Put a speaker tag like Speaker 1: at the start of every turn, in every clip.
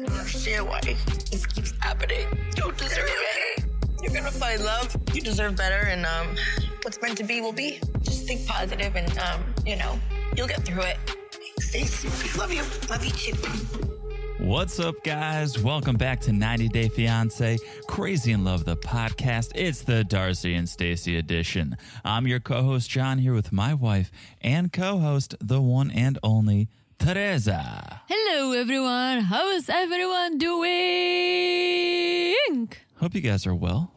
Speaker 1: Now stay away. This keeps happening. You deserve it. You're gonna find love. You deserve better, and um, what's meant to be will be. Just think positive, and um, you know, you'll get through it. Stay super. Love you. Love you too.
Speaker 2: What's up, guys? Welcome back to 90 Day Fiance, Crazy in Love, the podcast. It's the Darcy and Stacy edition. I'm your co host, John, here with my wife and co host, the one and only Teresa.
Speaker 3: Hello, everyone. How is everyone doing?
Speaker 2: Hope you guys are well.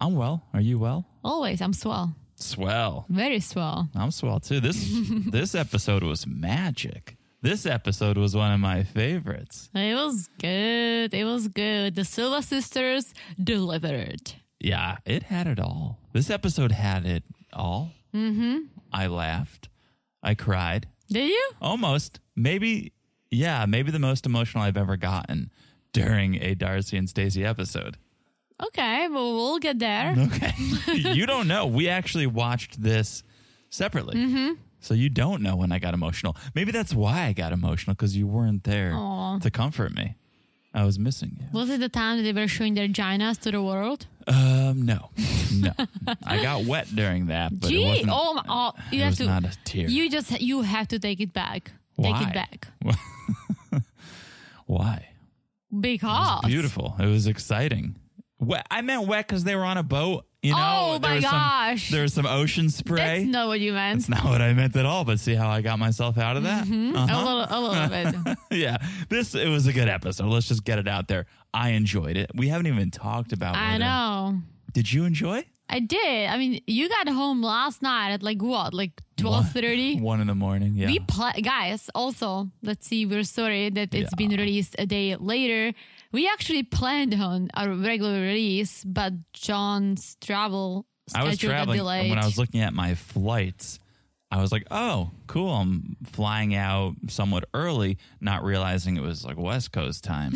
Speaker 2: I'm well. Are you well?
Speaker 3: Always, I'm swell.
Speaker 2: Swell.
Speaker 3: Very swell.
Speaker 2: I'm swell too. This this episode was magic. This episode was one of my favorites.
Speaker 3: It was good. It was good. The Silva sisters delivered.
Speaker 2: Yeah, it had it all. This episode had it all. Mm-hmm. I laughed. I cried.
Speaker 3: Did you?
Speaker 2: almost maybe yeah maybe the most emotional i've ever gotten during a darcy and stacy episode
Speaker 3: Okay, well, we'll get there.
Speaker 2: okay you don't know we actually watched this separately
Speaker 3: Mm-hmm.
Speaker 2: so you don't know when i got emotional maybe that's why i got emotional because you weren't there
Speaker 3: Aw.
Speaker 2: to comfort me i was missing you
Speaker 3: Was it the time that they were showing their ginas to the world?
Speaker 2: um no no i got wet during that but it
Speaker 3: Gee,
Speaker 2: wasn't
Speaker 3: oh, my, oh, you
Speaker 2: it
Speaker 3: have
Speaker 2: was
Speaker 3: to.
Speaker 2: not a tear
Speaker 3: You just you have to take it back. Take
Speaker 2: Why?
Speaker 3: it back
Speaker 2: why
Speaker 3: because
Speaker 2: Beautiful. It was exciting. Wet. I meant wet because they were on a boat. You know,
Speaker 3: Oh,
Speaker 2: There
Speaker 3: my
Speaker 2: was some-
Speaker 3: gosh.
Speaker 2: there was some ocean spray.
Speaker 3: That's not what you meant.
Speaker 2: That's not what I meant at all. But see how I got myself out of that?
Speaker 3: A little, a little bit.
Speaker 2: yeah, this it was a good episode. Let's just get it out there. I enjoyed it. We haven't even talked about.
Speaker 3: I
Speaker 2: whether-
Speaker 3: know.
Speaker 2: Did you enjoy?
Speaker 3: I did. I mean, you got home last night at like what, like twelve thirty.
Speaker 2: One in the morning. Yeah.
Speaker 3: We pla guys. Also, let's see. We're sorry that it's been
Speaker 2: Yeah.
Speaker 3: released a day later. We actually planned on our regular release, but John's travel
Speaker 2: I
Speaker 3: schedule
Speaker 2: was traveling,
Speaker 3: got
Speaker 2: and
Speaker 3: delayed.
Speaker 2: when I was looking at my flights, I was like, "Oh, cool! I'm flying out somewhat early," not realizing it was like West Coast time.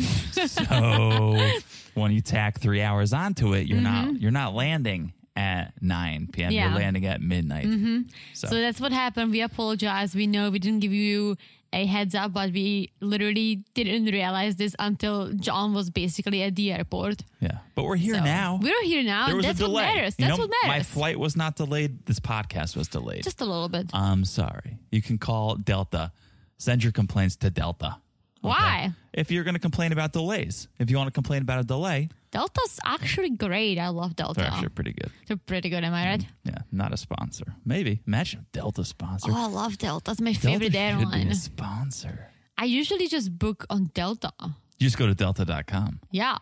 Speaker 2: so when you tack three hours onto it, you're not you're not landing at nine p.m.
Speaker 3: Mm-hmm. Yeah. Mm-hmm.
Speaker 2: You're landing at midnight. So,
Speaker 3: so that's what happened. We apologize. We know we didn't give you a heads up, but we literally didn't realize this until John was basically at the airport.
Speaker 2: yeah, but we're here
Speaker 3: So,
Speaker 2: now.
Speaker 3: We're here now.
Speaker 2: Oh. there was
Speaker 3: that's
Speaker 2: a delay.
Speaker 3: what matters.
Speaker 2: You
Speaker 3: That's
Speaker 2: know,
Speaker 3: what matters.
Speaker 2: My flight Uh, was not delayed. This podcast was delayed.
Speaker 3: Just a little bit.
Speaker 2: I'm sorry. You can call Delta. Send your complaints to Delta.
Speaker 3: Why?
Speaker 2: if you're going to complain about delays. If you want to complain about a delay,
Speaker 3: Delta's actually great. I love Delta.
Speaker 2: they're actually pretty good.
Speaker 3: They're pretty good, am I right?
Speaker 2: Yeah, not a sponsor. Maybe imagine a Delta sponsor.
Speaker 3: Oh, I love Delta. It's my
Speaker 2: Delta
Speaker 3: favorite
Speaker 2: should be
Speaker 3: airline.
Speaker 2: a sponsor.
Speaker 3: I usually just book on Delta.
Speaker 2: You just go to delta.com.
Speaker 3: Yeah.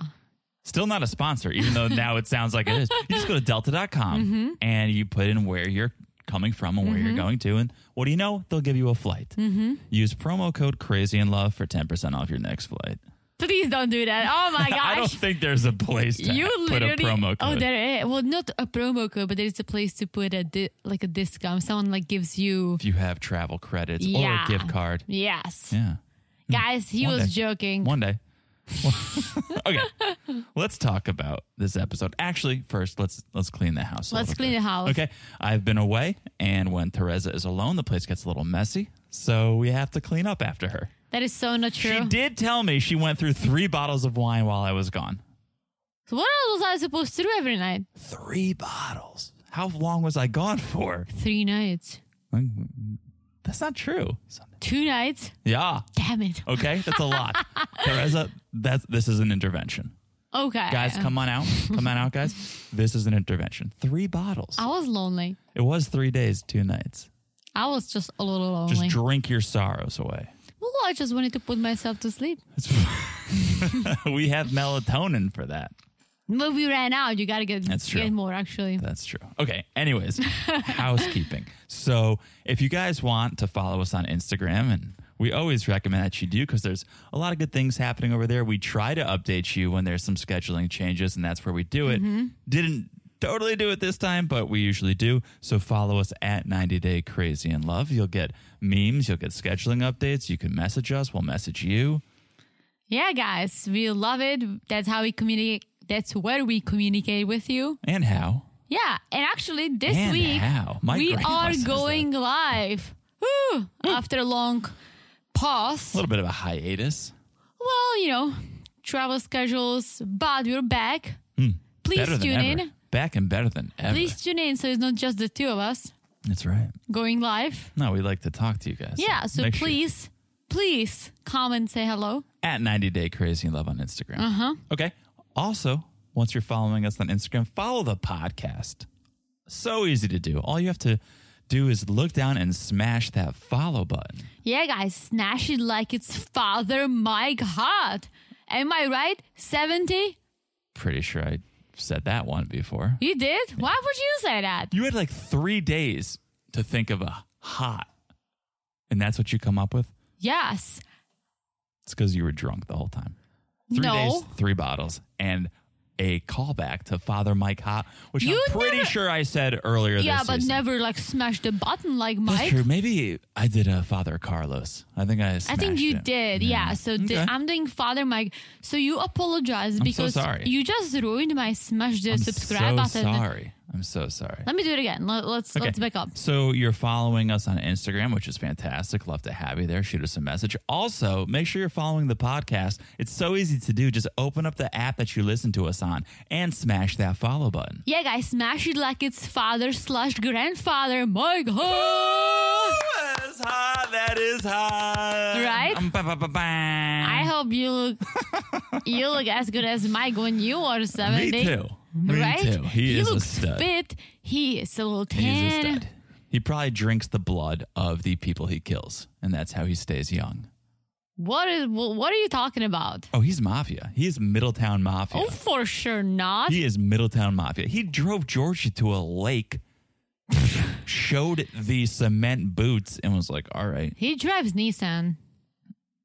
Speaker 2: Still not a sponsor, even though now it sounds like it is. You just go to delta.com
Speaker 3: Mm-hmm.
Speaker 2: and you put in where you're coming from and where you're going to. And what do you know? They'll give you a flight.
Speaker 3: Mm-hmm.
Speaker 2: Use promo code crazy in love for 10% off your next flight.
Speaker 3: Please don't do that. Oh my gosh.
Speaker 2: I don't think there's a place to
Speaker 3: you
Speaker 2: put a
Speaker 3: literally
Speaker 2: promo code.
Speaker 3: oh there is well not a promo code but there is a place to put a di- like a discount someone like gives you
Speaker 2: if you have travel credits or
Speaker 3: Yeah.
Speaker 2: a gift card.
Speaker 3: yes
Speaker 2: Yeah.
Speaker 3: guys he
Speaker 2: Mm-hmm. One
Speaker 3: was
Speaker 2: day.
Speaker 3: joking
Speaker 2: One day. okay. Let's talk about this episode. Actually, first let's let's clean the house. a
Speaker 3: Let's
Speaker 2: little
Speaker 3: clean
Speaker 2: bit.
Speaker 3: the house.
Speaker 2: Okay. I've been away and when Teresa is alone, the place gets a little messy. So we have to clean up after her.
Speaker 3: that is so not true
Speaker 2: She did tell me she went through three bottles of wine while I was gone.
Speaker 3: So what else was i supposed to do every night
Speaker 2: Three bottles. How long was I gone for?
Speaker 3: three nights
Speaker 2: That's not true. Sunday.
Speaker 3: two nights
Speaker 2: Yeah.
Speaker 3: damn it
Speaker 2: Okay. That's a lot. Teresa, that's this is an intervention.
Speaker 3: okay
Speaker 2: guys come on out come on out guys this is an intervention three bottles
Speaker 3: i was lonely
Speaker 2: it was three days two nights
Speaker 3: I was just a little
Speaker 2: just
Speaker 3: lonely.
Speaker 2: drink your sorrows away
Speaker 3: well, I just wanted to put myself to sleep.
Speaker 2: we have melatonin for that
Speaker 3: But we ran out. You gotta get
Speaker 2: That's true.
Speaker 3: get more actually.
Speaker 2: that's true okay anyways housekeeping so if you guys want to follow us on instagram and we always recommend that you do because there's a lot of good things happening over there. We try to update you when there's some scheduling changes, and that's where we do it.
Speaker 3: Mm-hmm.
Speaker 2: Didn't totally do it this time, but we usually do. So follow us at 90 Day Crazy in Love. You'll get memes, you'll get scheduling updates. You can message us, we'll message you.
Speaker 3: Yeah, guys, we love it. That's how we communicate. That's where we communicate with you.
Speaker 2: And how?
Speaker 3: Yeah, and actually, this
Speaker 2: And
Speaker 3: week
Speaker 2: how. My
Speaker 3: we
Speaker 2: grandma
Speaker 3: are
Speaker 2: says Hmm.
Speaker 3: going live. Woo! After a long pause.
Speaker 2: A little bit of a hiatus.
Speaker 3: Well, you know, travel schedules, but we're back.
Speaker 2: Hmm. better
Speaker 3: Please
Speaker 2: than
Speaker 3: tune
Speaker 2: ever.
Speaker 3: in.
Speaker 2: Back and better than ever.
Speaker 3: Please tune in so it's not just the two of us
Speaker 2: That's right.
Speaker 3: going live.
Speaker 2: No, we like to talk to you guys.
Speaker 3: Yeah, so
Speaker 2: make sure-
Speaker 3: please, please come and say hello.
Speaker 2: at 90 Day Crazy Love on Instagram. Uh
Speaker 3: Uh-huh.
Speaker 2: huh. Okay. Also, once you're following us on Instagram, follow the podcast. So easy to do. All you have to do is look down and smash that follow button.
Speaker 3: Yeah, guys, smash it like it's Father My God. Am I right? 70?
Speaker 2: Pretty sure I said that one before.
Speaker 3: You did? Why would you say that?
Speaker 2: You had like three days to think of a hot, and that's what you come up with?
Speaker 3: Yes.
Speaker 2: It's because you were drunk the whole time. Three
Speaker 3: No.
Speaker 2: days, three bottles, and a callback to Father Mike Hot, which
Speaker 3: You
Speaker 2: I'm pretty
Speaker 3: never-
Speaker 2: sure I said earlier
Speaker 3: yeah,
Speaker 2: this
Speaker 3: but
Speaker 2: season.
Speaker 3: never like smash the button like
Speaker 2: That's
Speaker 3: Mike.
Speaker 2: true. Maybe I did a Father Carlos. I think I.
Speaker 3: I think
Speaker 2: smashed
Speaker 3: you
Speaker 2: it.
Speaker 3: did. Yeah. So the-
Speaker 2: Okay.
Speaker 3: I'm doing Father Mike. So you apologize
Speaker 2: so
Speaker 3: because
Speaker 2: sorry.
Speaker 3: you just ruined my smash the
Speaker 2: I'm
Speaker 3: subscribe
Speaker 2: so
Speaker 3: button.
Speaker 2: Sorry, I'm so sorry.
Speaker 3: Let me do it again. Let, let's
Speaker 2: Okay.
Speaker 3: let's back up.
Speaker 2: So you're following us on Instagram, which is fantastic. Love to have you there. Shoot us a message. Also, make sure you're following the podcast. It's so easy to do. Just open up the app that you listen to us on and smash that follow button.
Speaker 3: Yeah, guys, smash it like it's father slash grandfather Mike. Ho!
Speaker 2: That is hot. That is hot.
Speaker 3: Right?
Speaker 2: Um, ba- ba- ba- ba.
Speaker 3: I
Speaker 2: Mm.
Speaker 3: hope you look you look as good as Mike when you are
Speaker 2: Me
Speaker 3: seventy.
Speaker 2: too. Me
Speaker 3: right?
Speaker 2: too. He, is
Speaker 3: looks
Speaker 2: a stud.
Speaker 3: fit. He is a little
Speaker 2: He's a
Speaker 3: tan.
Speaker 2: stud. He probably drinks the blood of the people he kills, and that's how he stays young.
Speaker 3: What is what are you talking about?
Speaker 2: Oh, he's mafia. He is Middletown mafia.
Speaker 3: Oh, for sure not.
Speaker 2: He is Middletown mafia. He drove Georgia to a lake, showed the cement boots, and was like, "All right,
Speaker 3: He drives Nissan.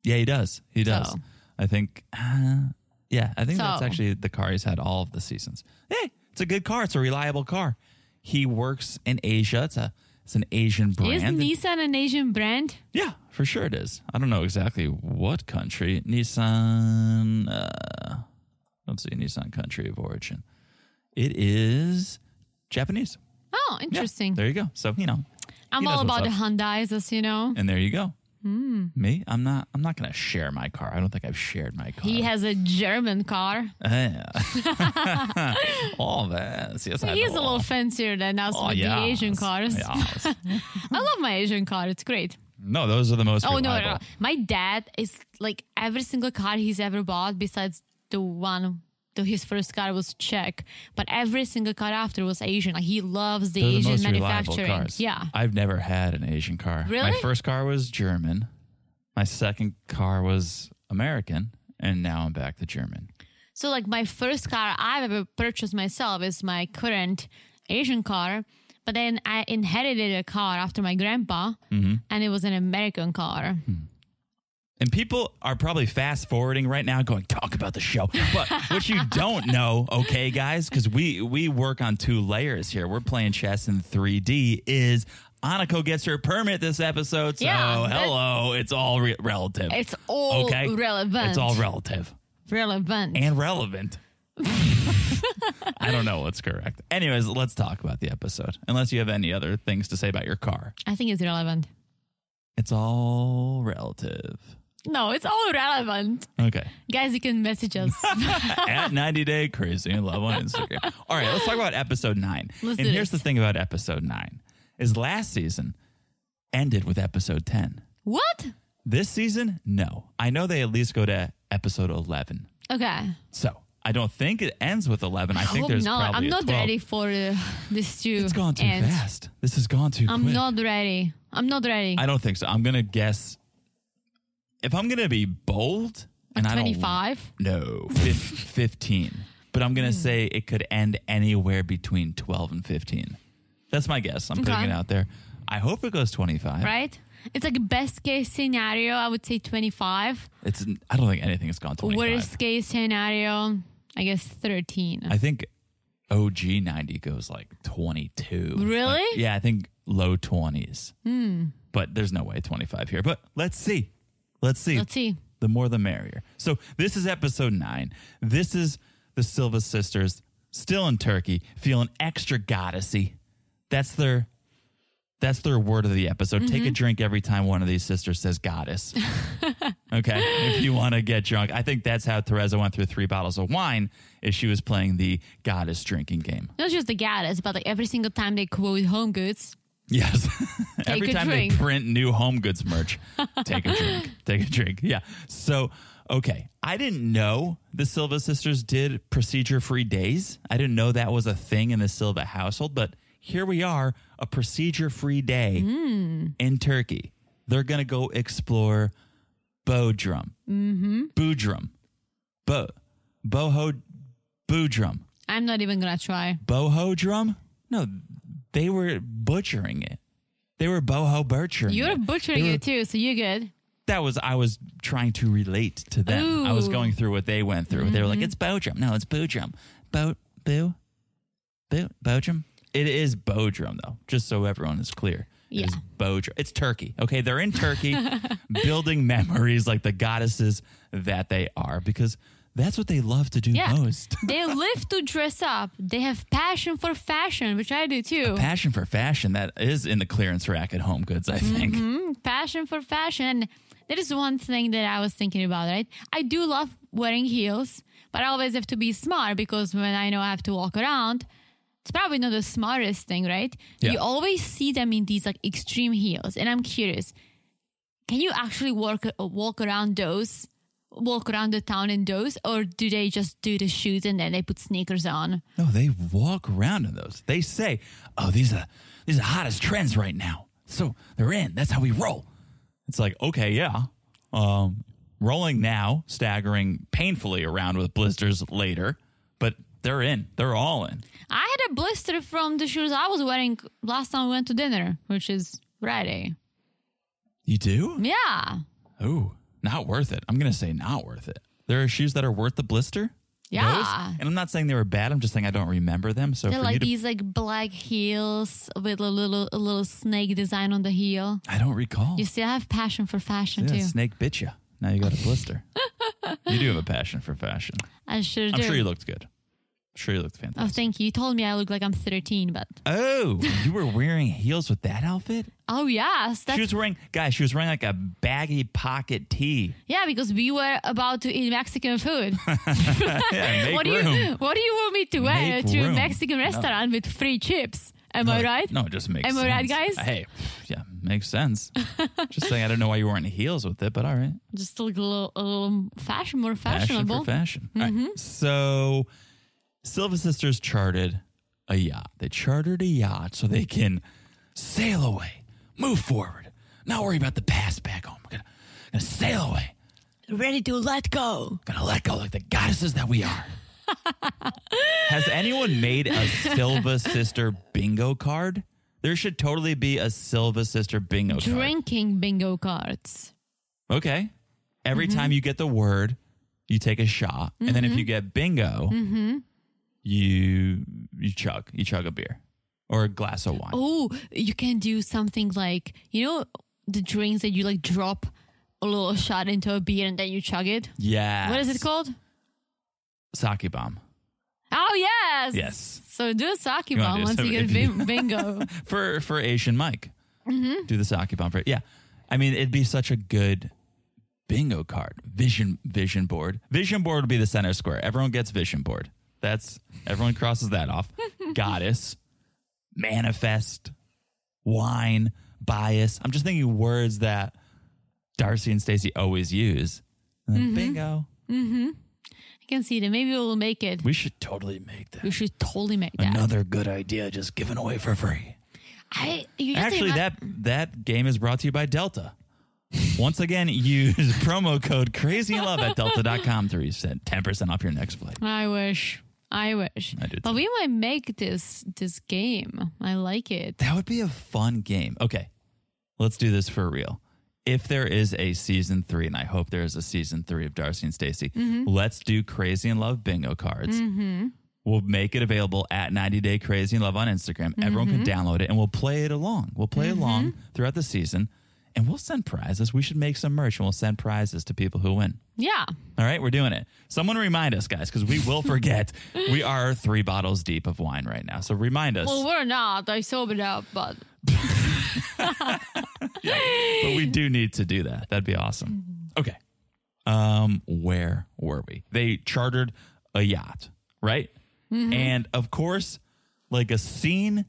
Speaker 2: yeah, he does. He does."
Speaker 3: So.
Speaker 2: I think, uh, yeah, I think that's
Speaker 3: So.
Speaker 2: actually the car he's had all of the seasons. Hey, it's a good car. It's a reliable car. He works in Asia. It's a it's an Asian
Speaker 3: Is
Speaker 2: brand.
Speaker 3: Nissan an Asian brand?
Speaker 2: Yeah, for sure it is. I don't know exactly what country. Nissan. Uh, I don't see a Nissan country of origin. It is Japanese.
Speaker 3: Oh,
Speaker 2: Yeah,
Speaker 3: interesting.
Speaker 2: there you go. So you know,
Speaker 3: I'm
Speaker 2: he
Speaker 3: all
Speaker 2: knows
Speaker 3: about the
Speaker 2: what's up.
Speaker 3: Hyundais, as you know.
Speaker 2: And there you go.
Speaker 3: Hmm.
Speaker 2: Me, I'm not. I'm not gonna share my car. I don't think I've shared my car.
Speaker 3: He has a German car.
Speaker 2: Yeah. Oh, all that. Yes, I
Speaker 3: He's a
Speaker 2: know.
Speaker 3: little fancier than us
Speaker 2: Oh,
Speaker 3: with the Asian
Speaker 2: yes.
Speaker 3: cars.
Speaker 2: Yes.
Speaker 3: I love my Asian car. It's great.
Speaker 2: No, those are the most.
Speaker 3: Oh, no, no, no.
Speaker 2: reliable.
Speaker 3: My dad is like every single car he's ever bought, besides the one. Though his first car was Czech, but every single car after was Asian. Like he loves the
Speaker 2: They're
Speaker 3: Asian
Speaker 2: the most reliable
Speaker 3: manufacturing.
Speaker 2: Cars.
Speaker 3: Yeah.
Speaker 2: I've never had an Asian car. My
Speaker 3: Really?
Speaker 2: first car was German. My second car was American, and now I'm back to German.
Speaker 3: So like my first car I've ever purchased myself is my current Asian car. But then I inherited a car after my grandpa,
Speaker 2: Mm-hmm.
Speaker 3: and it was an American car.
Speaker 2: Hmm. And people are probably fast forwarding right now, going, "Talk about the show." But what you don't know, okay, guys, because we we work on two layers here. We're playing chess in 3D. Is Aniko gets her permit this episode, so
Speaker 3: Yeah, that-
Speaker 2: hello, it's all re- relative.
Speaker 3: It's all relevant.
Speaker 2: It's all relative.
Speaker 3: Relevant.
Speaker 2: and relevant. I don't know what's correct. Anyways, let's talk about the episode. Unless you have any other things to say about your car,
Speaker 3: I think it's relevant.
Speaker 2: it's all relative.
Speaker 3: No, it's all relevant.
Speaker 2: Okay.
Speaker 3: Guys, you can message us.
Speaker 2: At 90 Day Crazy in Love on Instagram. All right, let's talk about episode 9
Speaker 3: Let's
Speaker 2: and
Speaker 3: do
Speaker 2: here's
Speaker 3: this.
Speaker 2: the thing about episode nine is last season ended with episode 10.
Speaker 3: what?
Speaker 2: This season, no. I know they at least go to episode 11.
Speaker 3: Okay.
Speaker 2: So I don't think it ends with 11. I, think
Speaker 3: Hope
Speaker 2: there's
Speaker 3: not.
Speaker 2: probably
Speaker 3: I'm
Speaker 2: a
Speaker 3: not
Speaker 2: 12.
Speaker 3: ready for uh, this to
Speaker 2: It's gone too
Speaker 3: end.
Speaker 2: fast. This has gone too
Speaker 3: I'm
Speaker 2: quick.
Speaker 3: not ready. I'm not ready.
Speaker 2: I don't think so. I'm gonna guess. If I'm gonna be bold, and I don't-
Speaker 3: 25?
Speaker 2: no, fif- fifteen. But I'm gonna say it could end anywhere between twelve and fifteen. That's my guess. I'm putting
Speaker 3: Okay.
Speaker 2: it out there. I hope it goes twenty-five.
Speaker 3: right? It's like best case scenario, I would say 25.
Speaker 2: It's I don't think anything has gone 25.
Speaker 3: Worst case scenario, I guess 13.
Speaker 2: I think OG 90 goes like 22.
Speaker 3: Really? Hmm.
Speaker 2: Like, yeah, I think low 20s. But there's no way 25 here. But let's see. Let's see.
Speaker 3: Let's see.
Speaker 2: The more the merrier. So this is episode nine. This is the Silva sisters still in Turkey, feeling extra goddessy. That's their that's their word of the episode. Take a drink every time one of these sisters says goddess. okay. If you want to get drunk. I think that's how Teresa went through three bottles of wine is she was playing the goddess drinking game.
Speaker 3: Not just the goddess, but like every single time they quote home goods.
Speaker 2: Yes. Every
Speaker 3: a
Speaker 2: time
Speaker 3: drink.
Speaker 2: they print new home goods merch, take a drink. Take a drink. Yeah. So, okay. I didn't know the Silva sisters did procedure free days. I didn't know that was a thing in the Silva household, but here we are, a procedure free day
Speaker 3: Hmm.
Speaker 2: in Turkey. They're going to go explore Bodrum. Mm-hmm. Bodrum. Bo- Boho Bodrum.
Speaker 3: I'm not even gonna try.
Speaker 2: Boho drum? No, they were butchering it. They were boho butchering.
Speaker 3: You're
Speaker 2: it.
Speaker 3: butchering it too, so you're good.
Speaker 2: That was I was trying to relate to them. I was
Speaker 3: Ooh. Mm-hmm.
Speaker 2: going through what they went through. They were like, "It's bow drum." No, it's boo drum. Bo boo boo bow drum. It is bow drum though. Just so everyone is clear.
Speaker 3: Yeah.
Speaker 2: It's bow drum. It's Turkey. Okay, they're in Turkey, building memories like the goddesses that they are, because that's what they love to do
Speaker 3: Yeah.
Speaker 2: most.
Speaker 3: they live to dress up. They have passion for fashion, which I do too.
Speaker 2: passion for fashion that is in the clearance rack at Home Goods, I
Speaker 3: Mm-hmm.
Speaker 2: think.
Speaker 3: passion for fashion. And that is one thing that I was thinking about, right? I do love wearing heels, but I always have to be smart because when I know I have to walk around, it's probably not the smartest thing, right?
Speaker 2: Yeah.
Speaker 3: You always see them in these like extreme heels. And I'm curious, can you actually walk, walk around those? Walk around the town in those, or do they just do the shoes and then they put sneakers on?
Speaker 2: No, they walk around in those. They say, "Oh, these are these are the hottest trends right now." So they're in. That's how we roll. It's like, okay, yeah, um, rolling now, staggering painfully around with blisters later, but they're in. They're all in.
Speaker 3: I had a blister from the shoes I was wearing last time we went to dinner, which is Friday.
Speaker 2: You do?
Speaker 3: Yeah.
Speaker 2: Oh, not worth it. I'm gonna say not worth it. There are shoes that are worth the blister.
Speaker 3: Yeah.
Speaker 2: Those? and I'm not saying they were bad. I'm just saying I don't remember them. So
Speaker 3: They're
Speaker 2: for you
Speaker 3: like
Speaker 2: to
Speaker 3: these like black heels with a little a little snake design on the heel.
Speaker 2: I don't recall.
Speaker 3: You see, I have passion for fashion
Speaker 2: Yeah,
Speaker 3: too.
Speaker 2: snake bit you. Now you got a blister. you do have a passion for fashion.
Speaker 3: I sure do.
Speaker 2: I'm sure you looked good. I'm sure you looked
Speaker 3: Oh,
Speaker 2: fantastic.
Speaker 3: thank you. You told me I look like I'm 13, but
Speaker 2: Oh, you were wearing heels with that outfit?
Speaker 3: oh yes, that's
Speaker 2: she was wearing, guys, she was wearing like a baggy pocket tee.
Speaker 3: yeah. Because we were about to eat Mexican food.
Speaker 2: Yeah, make
Speaker 3: what do
Speaker 2: room.
Speaker 3: you What do you want me to wear
Speaker 2: Make
Speaker 3: to a
Speaker 2: room.
Speaker 3: Mexican restaurant with free chips? Am I
Speaker 2: No,
Speaker 3: right?
Speaker 2: No, it just makes
Speaker 3: Am
Speaker 2: sense.
Speaker 3: I right, guys?
Speaker 2: Hey, yeah, makes sense. just saying, I don't know why you weren't in heels with it, but all right.
Speaker 3: Just look a little, a little fashion, more
Speaker 2: Fashion
Speaker 3: fashionable. Mm-hmm.
Speaker 2: for fashion. All right. So, Silva Sisters chartered a yacht. They chartered a yacht so they can sail away, move forward, not worry about the past back home. We're gonna, gonna sail away,
Speaker 3: Ready to let go.
Speaker 2: gonna let go like the goddesses that we are. Has anyone made a Silva Sister bingo card? There should totally be a Silva Sister bingo card.
Speaker 3: Drinking bingo cards.
Speaker 2: Okay. Every
Speaker 3: Mm-hmm.
Speaker 2: time you get the word, you take a shot, and then if you
Speaker 3: Mm-hmm.
Speaker 2: get bingo, you you chug you chug a beer or a glass of wine.
Speaker 3: Oh, you can do something like you know the drinks that you like drop a little shot into a beer and then you chug it.
Speaker 2: Yeah.
Speaker 3: What is it called?
Speaker 2: Sake bomb.
Speaker 3: Oh yes.
Speaker 2: Yes.
Speaker 3: So do a sake
Speaker 2: You wanna
Speaker 3: bomb
Speaker 2: do
Speaker 3: once you
Speaker 2: some-
Speaker 3: get bim- bingo.
Speaker 2: for for Asian Mike. Do the sake bomb for yeah. I mean, it'd be such a good bingo card, vision vision board. Vision board would be the center square. Everyone gets vision board. That's everyone crosses that off. Goddess, manifest, wine, bias. I'm just thinking words that Darcy and Stacy always use. And then bingo.
Speaker 3: I can see that. Maybe we'll make it.
Speaker 2: We should totally make that.
Speaker 3: We should totally make that.
Speaker 2: Another good idea just given away for free.
Speaker 3: I you just
Speaker 2: Actually,
Speaker 3: ima-
Speaker 2: that that game is brought to you by Delta. Once again, use promo code CrazyLove at delta.com to reset 10% off your next flight.
Speaker 3: I wish. I wish.
Speaker 2: I do
Speaker 3: but
Speaker 2: too.
Speaker 3: we might make this this game. I like it.
Speaker 2: That would be a fun game. Okay. let's do this for real. If there is a season three, and I hope there is a season three of Darcy and Stacy, let's do Crazy in Love bingo cards. We'll make it available at 90 Day Crazy in Love on Instagram. Everyone can download it and we'll play it along. We'll play along throughout the season and we'll send prizes. We should make some merch and we'll send prizes to people who win.
Speaker 3: Yeah.
Speaker 2: All right, we're doing it. Someone remind us, guys, because we will forget. we are three bottles deep of wine right now. So remind us.
Speaker 3: Well, we're not. I sobered up, but
Speaker 2: but we do need to do that. That'd be awesome. Okay. Um, where were we? They chartered a yacht, right? And of course, like a scene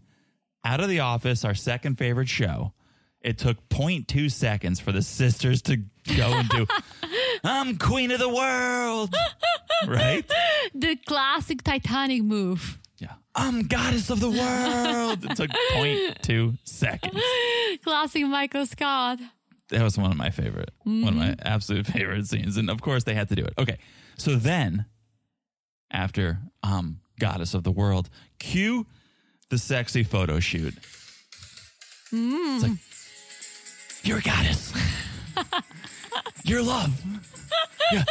Speaker 2: out of the office, our second favorite show. It took 0.2 seconds for the sisters to go and do I'm queen of the world. Right?
Speaker 3: the classic Titanic move.
Speaker 2: Yeah. I'm goddess of the world. It took 0.2 seconds.
Speaker 3: Classic Michael Scott.
Speaker 2: that was one of my favorite, one of my
Speaker 3: Mm-hmm.
Speaker 2: absolute favorite scenes. And of course, they had to do it. Okay, so then after um, Goddess of the World, cue the sexy photo shoot. It's
Speaker 3: Mm.
Speaker 2: like you're a goddess. you're love. You're,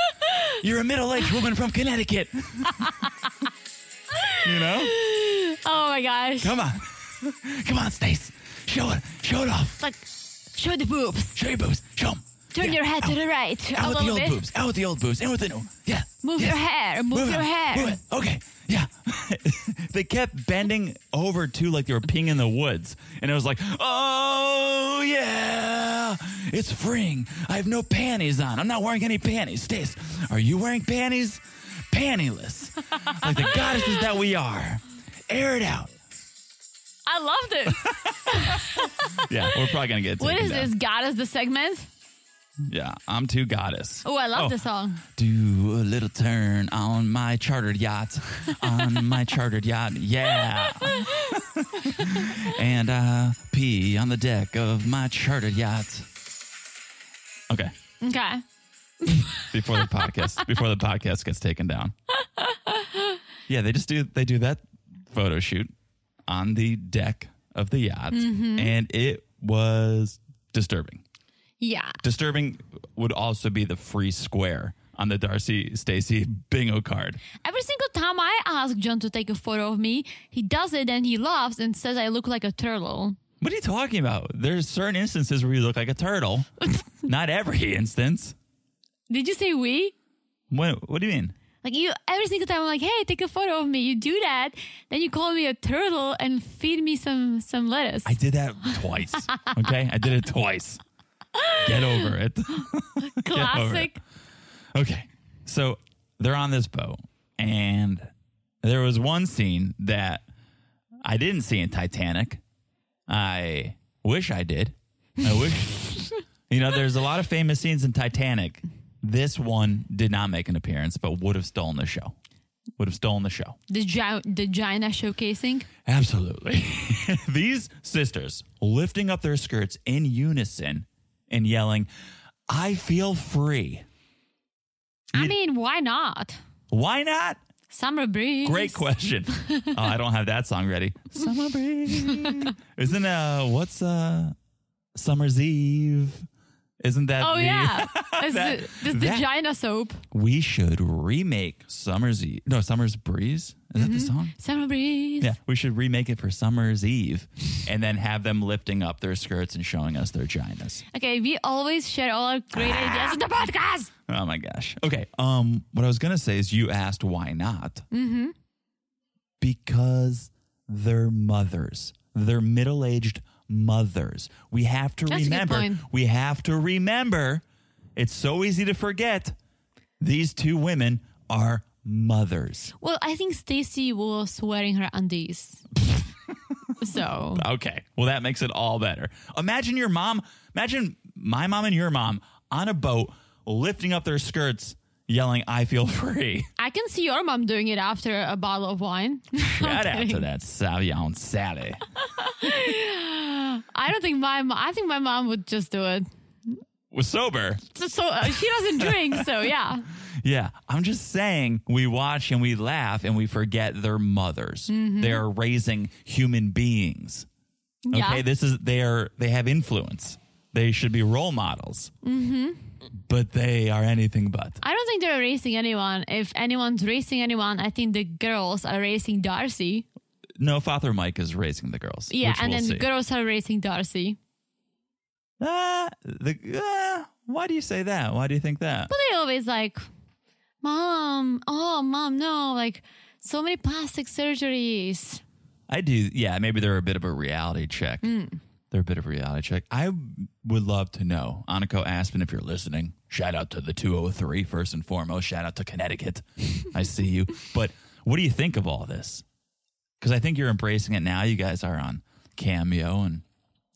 Speaker 2: you're a middle-aged woman from Connecticut. you know?
Speaker 3: Oh my gosh.
Speaker 2: Come on, come on, Stace. Show it. Show it off.
Speaker 3: Like, show the boobs.
Speaker 2: Show your boobs. Show 'em.
Speaker 3: Turn
Speaker 2: Yeah.
Speaker 3: your head to the right a
Speaker 2: Out with the
Speaker 3: little
Speaker 2: old
Speaker 3: bit.
Speaker 2: boobs. Out with the old boobs. In with the new. Yeah.
Speaker 3: Move
Speaker 2: Yes.
Speaker 3: your hair. Move, your
Speaker 2: it.
Speaker 3: hair.
Speaker 2: Move it. Okay. Yeah. they kept bending over too, like they were peeing in the woods. And it was like, oh, yeah. It's freeing. I have no panties on. I'm not wearing any panties. Stace, are you wearing panties? Pantyless. like the goddesses that we are. Air it out.
Speaker 3: I love this.
Speaker 2: Yeah, we're probably going to get
Speaker 3: what
Speaker 2: taken
Speaker 3: is
Speaker 2: down.
Speaker 3: this? Goddess the segment?
Speaker 2: Yeah, I'm too goddess.
Speaker 3: Oh, I love this song.
Speaker 2: Do a little turn on my chartered yacht, on my chartered yacht, yeah. and uh, pee on the deck of my chartered yacht. Okay,
Speaker 3: Okay.
Speaker 2: before the podcast, before the podcast gets taken down. Yeah, they just do they do that photo shoot on the deck of the yacht, and it was disturbing.
Speaker 3: Yeah.
Speaker 2: Disturbing would also be the free square on the Darcy Stacy bingo card.
Speaker 3: Every single time I ask John to take a photo of me, he does it and he laughs and says I look like a turtle.
Speaker 2: What are you talking about? There's certain instances where you look like a turtle. Not every instance.
Speaker 3: Did you say we?
Speaker 2: What, what do you mean?
Speaker 3: Like you every single time I'm like, hey, take a photo of me. You do that, then you call me a turtle and feed me some some lettuce.
Speaker 2: I did that twice. Okay, I did it twice. Get over it. over it.
Speaker 3: Classic.
Speaker 2: Okay, so they're on this boat, and there was one scene that I didn't see in Titanic. I wish I did. I wish. you know, there's a lot of famous scenes in Titanic. This one did not make an appearance, but would have stolen the show. Would have stolen the show.
Speaker 3: The gi- the Gina showcasing.
Speaker 2: Absolutely. These sisters lifting up their skirts in unison and yelling, I feel free.
Speaker 3: I mean, why not?
Speaker 2: Why not?
Speaker 3: Summer breeze.
Speaker 2: Great question. oh, I don't have that song ready. Summer breeze. Isn't uh what's uh Summer's Eve? Isn't that
Speaker 3: Oh
Speaker 2: the-
Speaker 3: yeah, It's
Speaker 2: That-
Speaker 3: the- this the
Speaker 2: that-
Speaker 3: Gina soap.
Speaker 2: we should remake Summer's Eve. No, Summer's Breeze. Is
Speaker 3: Mm-hmm.
Speaker 2: that the song?
Speaker 3: Summer breeze.
Speaker 2: Yeah, we should remake it for Summer's Eve and then have them lifting up their skirts and showing us their ginas.
Speaker 3: Okay, we always share all our great ideas on the podcast.
Speaker 2: Oh my gosh. Okay. Um, what I was gonna say is you asked why not. Mm-hmm. Because they're mothers. They're middle-aged mothers. We have to
Speaker 3: That's a good
Speaker 2: remember.
Speaker 3: point.
Speaker 2: We have to remember. It's so easy to forget. These two women are mothers.
Speaker 3: Well, I think Stacy was wearing her undies. so
Speaker 2: Okay. Well, that makes it all better. Imagine your mom, imagine my mom and your mom on a boat lifting up their skirts, yelling, I feel free.
Speaker 3: I can see your mom doing it after a bottle of wine.
Speaker 2: Shout out to that Savion Sally.
Speaker 3: I don't think my mom, I think my mom would just do it.
Speaker 2: was sober.
Speaker 3: So, so uh, she doesn't drink, so yeah.
Speaker 2: Yeah. I'm just saying we watch and we laugh and we forget their mothers.
Speaker 3: Mm-hmm.
Speaker 2: They are raising human beings.
Speaker 3: Yeah.
Speaker 2: Okay. This is they are they have influence. They should be role models. Mm-hmm. But they are anything but.
Speaker 3: I don't think they're racing anyone. If anyone's racing anyone, I think the girls are racing Darcy.
Speaker 2: No, Father Mike is raising the girls.
Speaker 3: Yeah,
Speaker 2: which
Speaker 3: and
Speaker 2: we'll
Speaker 3: then
Speaker 2: see.
Speaker 3: the girls are racing Darcy.
Speaker 2: Ah, the, ah, why do you say that? Why do you think that?
Speaker 3: But they always like, mom, oh mom, no, like so many plastic surgeries.
Speaker 2: I do. Yeah, maybe they're a bit of a reality check.
Speaker 3: Hmm.
Speaker 2: They're a bit of a reality check. I would love to know, Aniko Aspen, if you're listening, shout out to the 203 first and foremost. Shout out to Connecticut. I see you. But what do you think of all this? Because I think you're embracing it now. You guys are on Cameo and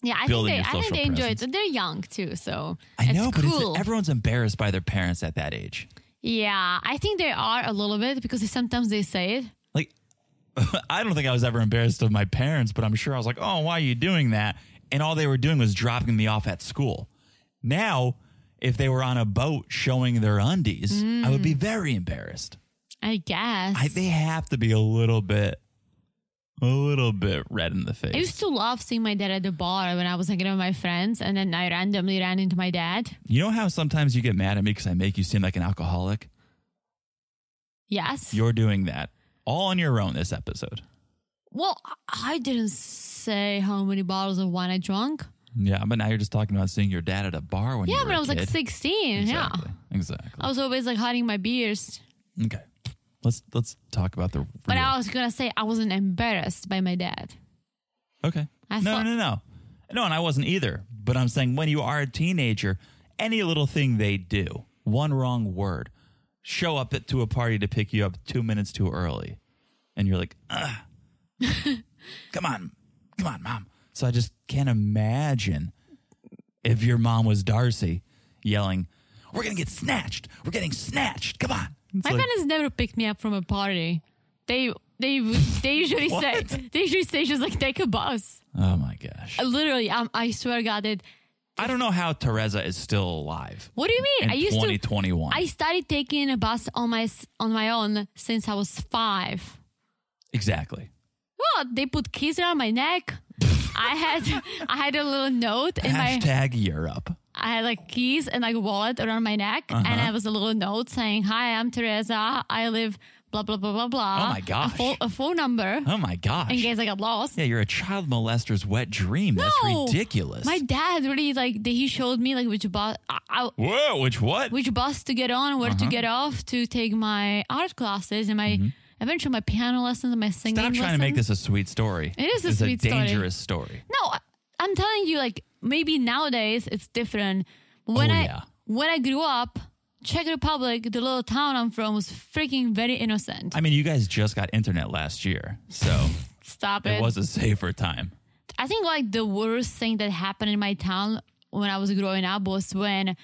Speaker 3: Yeah, I
Speaker 2: Building
Speaker 3: think
Speaker 2: your
Speaker 3: they, I think
Speaker 2: social
Speaker 3: they enjoy it.
Speaker 2: presence.
Speaker 3: They're young too, so
Speaker 2: I
Speaker 3: it's
Speaker 2: know, but
Speaker 3: cool.
Speaker 2: it's, everyone's embarrassed by their parents at that age.
Speaker 3: yeah, I think they are a little bit because sometimes they say it.
Speaker 2: Like, I don't think I was ever embarrassed of my parents, but I'm sure I was like, oh, why are you doing that? And all they were doing was dropping me off at school. Now, if they were on a boat showing their undies, I would be
Speaker 3: Mm.
Speaker 2: very embarrassed.
Speaker 3: I guess.
Speaker 2: I, they have to be a little bit, a little bit red in the face.
Speaker 3: I used to love seeing my dad at the bar when I was hanging out with my friends, and then I randomly ran into my dad.
Speaker 2: you know how sometimes you get mad at me because I make you seem like an alcoholic?
Speaker 3: Yes.
Speaker 2: You're doing that all on your own this episode.
Speaker 3: well, I- I didn't say how many bottles of wine I drank.
Speaker 2: Yeah, but now you're just talking about seeing your dad at a bar when you
Speaker 3: Yeah,
Speaker 2: were
Speaker 3: when
Speaker 2: a
Speaker 3: I was like
Speaker 2: kid.
Speaker 3: 16. Yeah.
Speaker 2: Exactly. Exactly.
Speaker 3: I was always like hiding my beers.
Speaker 2: Okay. Let's let's talk about the.
Speaker 3: But
Speaker 2: real-
Speaker 3: I was going to say I wasn't embarrassed by my dad.
Speaker 2: okay.
Speaker 3: I
Speaker 2: no,
Speaker 3: thought-
Speaker 2: no, no, no, and I wasn't either. But I'm saying when you are a teenager, any little thing they do, one wrong word, show up at, to a party to pick you up two minutes too early, and you're like, Ugh. come on, come on, mom. So I just can't imagine if your mom was Darcy yelling, "We're gonna get snatched. We're getting snatched. Come on." It's
Speaker 3: My
Speaker 2: like-
Speaker 3: parents never picked me up from a party. They they they usually say
Speaker 2: What?
Speaker 3: they usually say just like take a bus.
Speaker 2: oh my gosh.
Speaker 3: Literally, i I swear to God that.
Speaker 2: I don't know how Teresa is still alive.
Speaker 3: What do you mean?
Speaker 2: in
Speaker 3: I used to
Speaker 2: 2021.
Speaker 3: I started taking a bus on my s- on my own since I was five.
Speaker 2: exactly.
Speaker 3: What? They put keys around my neck. I had I had a little note in my
Speaker 2: Hashtag Europe.
Speaker 3: I had like keys and like a wallet around my neck, and
Speaker 2: Uh-huh.
Speaker 3: I was a little note saying, "Hi, I'm Teresa. I live blah blah blah blah blah."
Speaker 2: Oh, my
Speaker 3: A, phone,
Speaker 2: gosh.
Speaker 3: a phone number
Speaker 2: Oh my gosh.
Speaker 3: in case I got lost.
Speaker 2: yeah, you're a child molester's wet dream.
Speaker 3: No.
Speaker 2: That's ridiculous.
Speaker 3: My dad really like the- he showed me like which bus I, I,
Speaker 2: Whoa, which what?
Speaker 3: which bus to get on, where
Speaker 2: Uh-huh.
Speaker 3: to get off to take my art classes and my eventually my piano lessons and my singing.
Speaker 2: Mm-hmm. Stop trying to make
Speaker 3: lessons.
Speaker 2: this a sweet story.
Speaker 3: It is a
Speaker 2: it's
Speaker 3: sweet
Speaker 2: a
Speaker 3: story.
Speaker 2: dangerous story.
Speaker 3: No, I- I'm telling you, like maybe nowadays it's different. When
Speaker 2: Oh,
Speaker 3: I
Speaker 2: yeah.
Speaker 3: when I grew up, Czech Republic, the little town I'm from, was freaking very innocent.
Speaker 2: I mean, you guys just got internet last year, so
Speaker 3: Stop it.
Speaker 2: it was a safer time.
Speaker 3: I think like the worst thing that happened in my town when I was growing up was when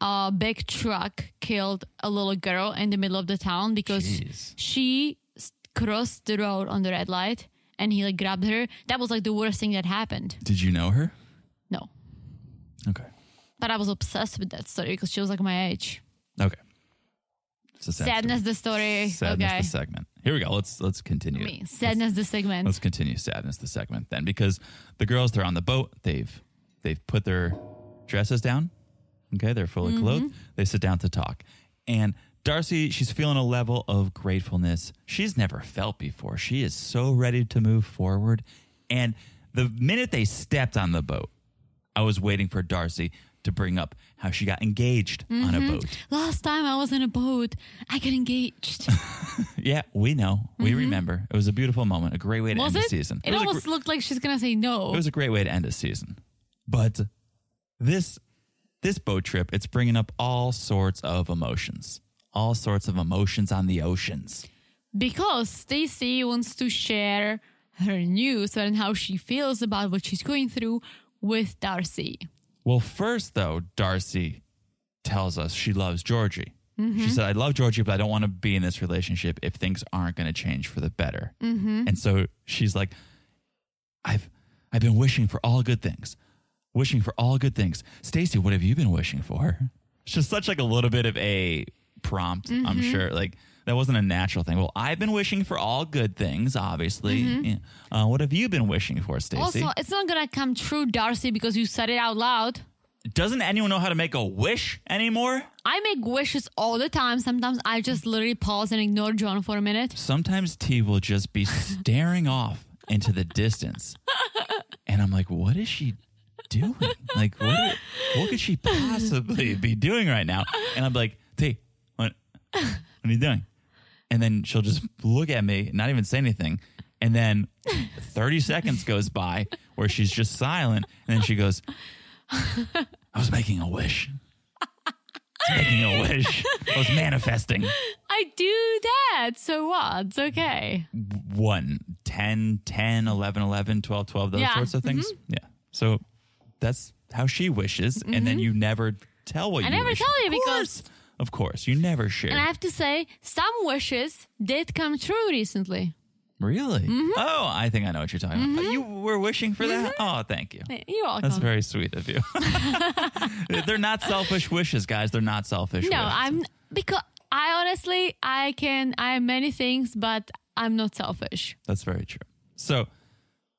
Speaker 3: a big truck killed a little girl in the middle of the town because
Speaker 2: Jeez.
Speaker 3: she s- crossed the road on the red light and he like grabbed her. That was like the worst thing that happened.
Speaker 2: Did you know her?
Speaker 3: No.
Speaker 2: Okay.
Speaker 3: But I was obsessed with that story because she was like my age.
Speaker 2: Okay. It's a sad
Speaker 3: Sadness
Speaker 2: story.
Speaker 3: the story.
Speaker 2: Sadness
Speaker 3: okay.
Speaker 2: the segment. Here we go. Let's let's continue.
Speaker 3: Me. Sadness the segment.
Speaker 2: Let's continue sadness the segment then, because the girls they're on the boat. They've they've put their dresses down. Okay, they're fully
Speaker 3: Mm-hmm.
Speaker 2: clothed. They sit down to talk, and Darcy she's feeling a level of gratefulness she's never felt before. She is so ready to move forward, and the minute they stepped on the boat, I was waiting for Darcy to bring up how she got engaged on
Speaker 3: Mm-hmm.
Speaker 2: a boat.
Speaker 3: Last time I was in a boat, I got engaged.
Speaker 2: Yeah, we know, we remember. It was a beautiful moment, a great way to
Speaker 3: Mm-hmm. Was
Speaker 2: end
Speaker 3: it?
Speaker 2: the season.
Speaker 3: It,
Speaker 2: was a gr-
Speaker 3: almost looked like she's gonna say no.
Speaker 2: It was a great way to end a season. But this this boat trip, it's bringing up all sorts of emotions. All sorts of emotions on the oceans.
Speaker 3: because Stacy wants to share her news and how she feels about what she's going through with Darcy.
Speaker 2: Well, first though, Darcy tells us she loves Georgie. She said, "I love Georgie, but I don't want to be in this relationship if things aren't going to change for the better." And so she's like, "I've I've been wishing for all good things, wishing for all good things." Stacy, what have you been wishing for? It's just such like a little bit of a prompt, I'm sure. Like that wasn't a natural thing. Well, I've been wishing for all good things, obviously. Yeah. Uh, what have you been wishing for, Stacy?
Speaker 3: Also, it's not gonna come true, Darcy, because you said it out loud.
Speaker 2: Doesn't anyone know how to make a wish anymore?
Speaker 3: I make wishes all the time. Sometimes I just literally pause and ignore John for a minute.
Speaker 2: Sometimes T will just be staring off into the distance. And I'm like, what is she doing? Like, what, what could she possibly be doing right now? And I'm like, T, what, what are you doing? And then she'll just look at me, not even say anything. And then 30 seconds goes by where she's just silent. And then she goes, I was making a wish. I was making a wish. I was manifesting.
Speaker 3: I do that. So what? It's okay.
Speaker 2: one 10 10 11 11 12 12 those
Speaker 3: Yeah. Mm-hmm.
Speaker 2: sorts of things yeah so that's how she wishes and then you never tell what
Speaker 3: Mm-hmm. I
Speaker 2: you
Speaker 3: never
Speaker 2: wish.
Speaker 3: tell you
Speaker 2: Of
Speaker 3: because-
Speaker 2: course. of course you never share
Speaker 3: And I have to say, some wishes did come true recently.
Speaker 2: really
Speaker 3: Mm-hmm.
Speaker 2: oh i think i know what you're talking about you were wishing for that oh thank you
Speaker 3: You're welcome.
Speaker 2: that's very sweet of you they're not selfish wishes guys they're not selfish
Speaker 3: no,
Speaker 2: wishes.
Speaker 3: I'm because I honestly I can I am many things, but I'm not selfish.
Speaker 2: That's very true. So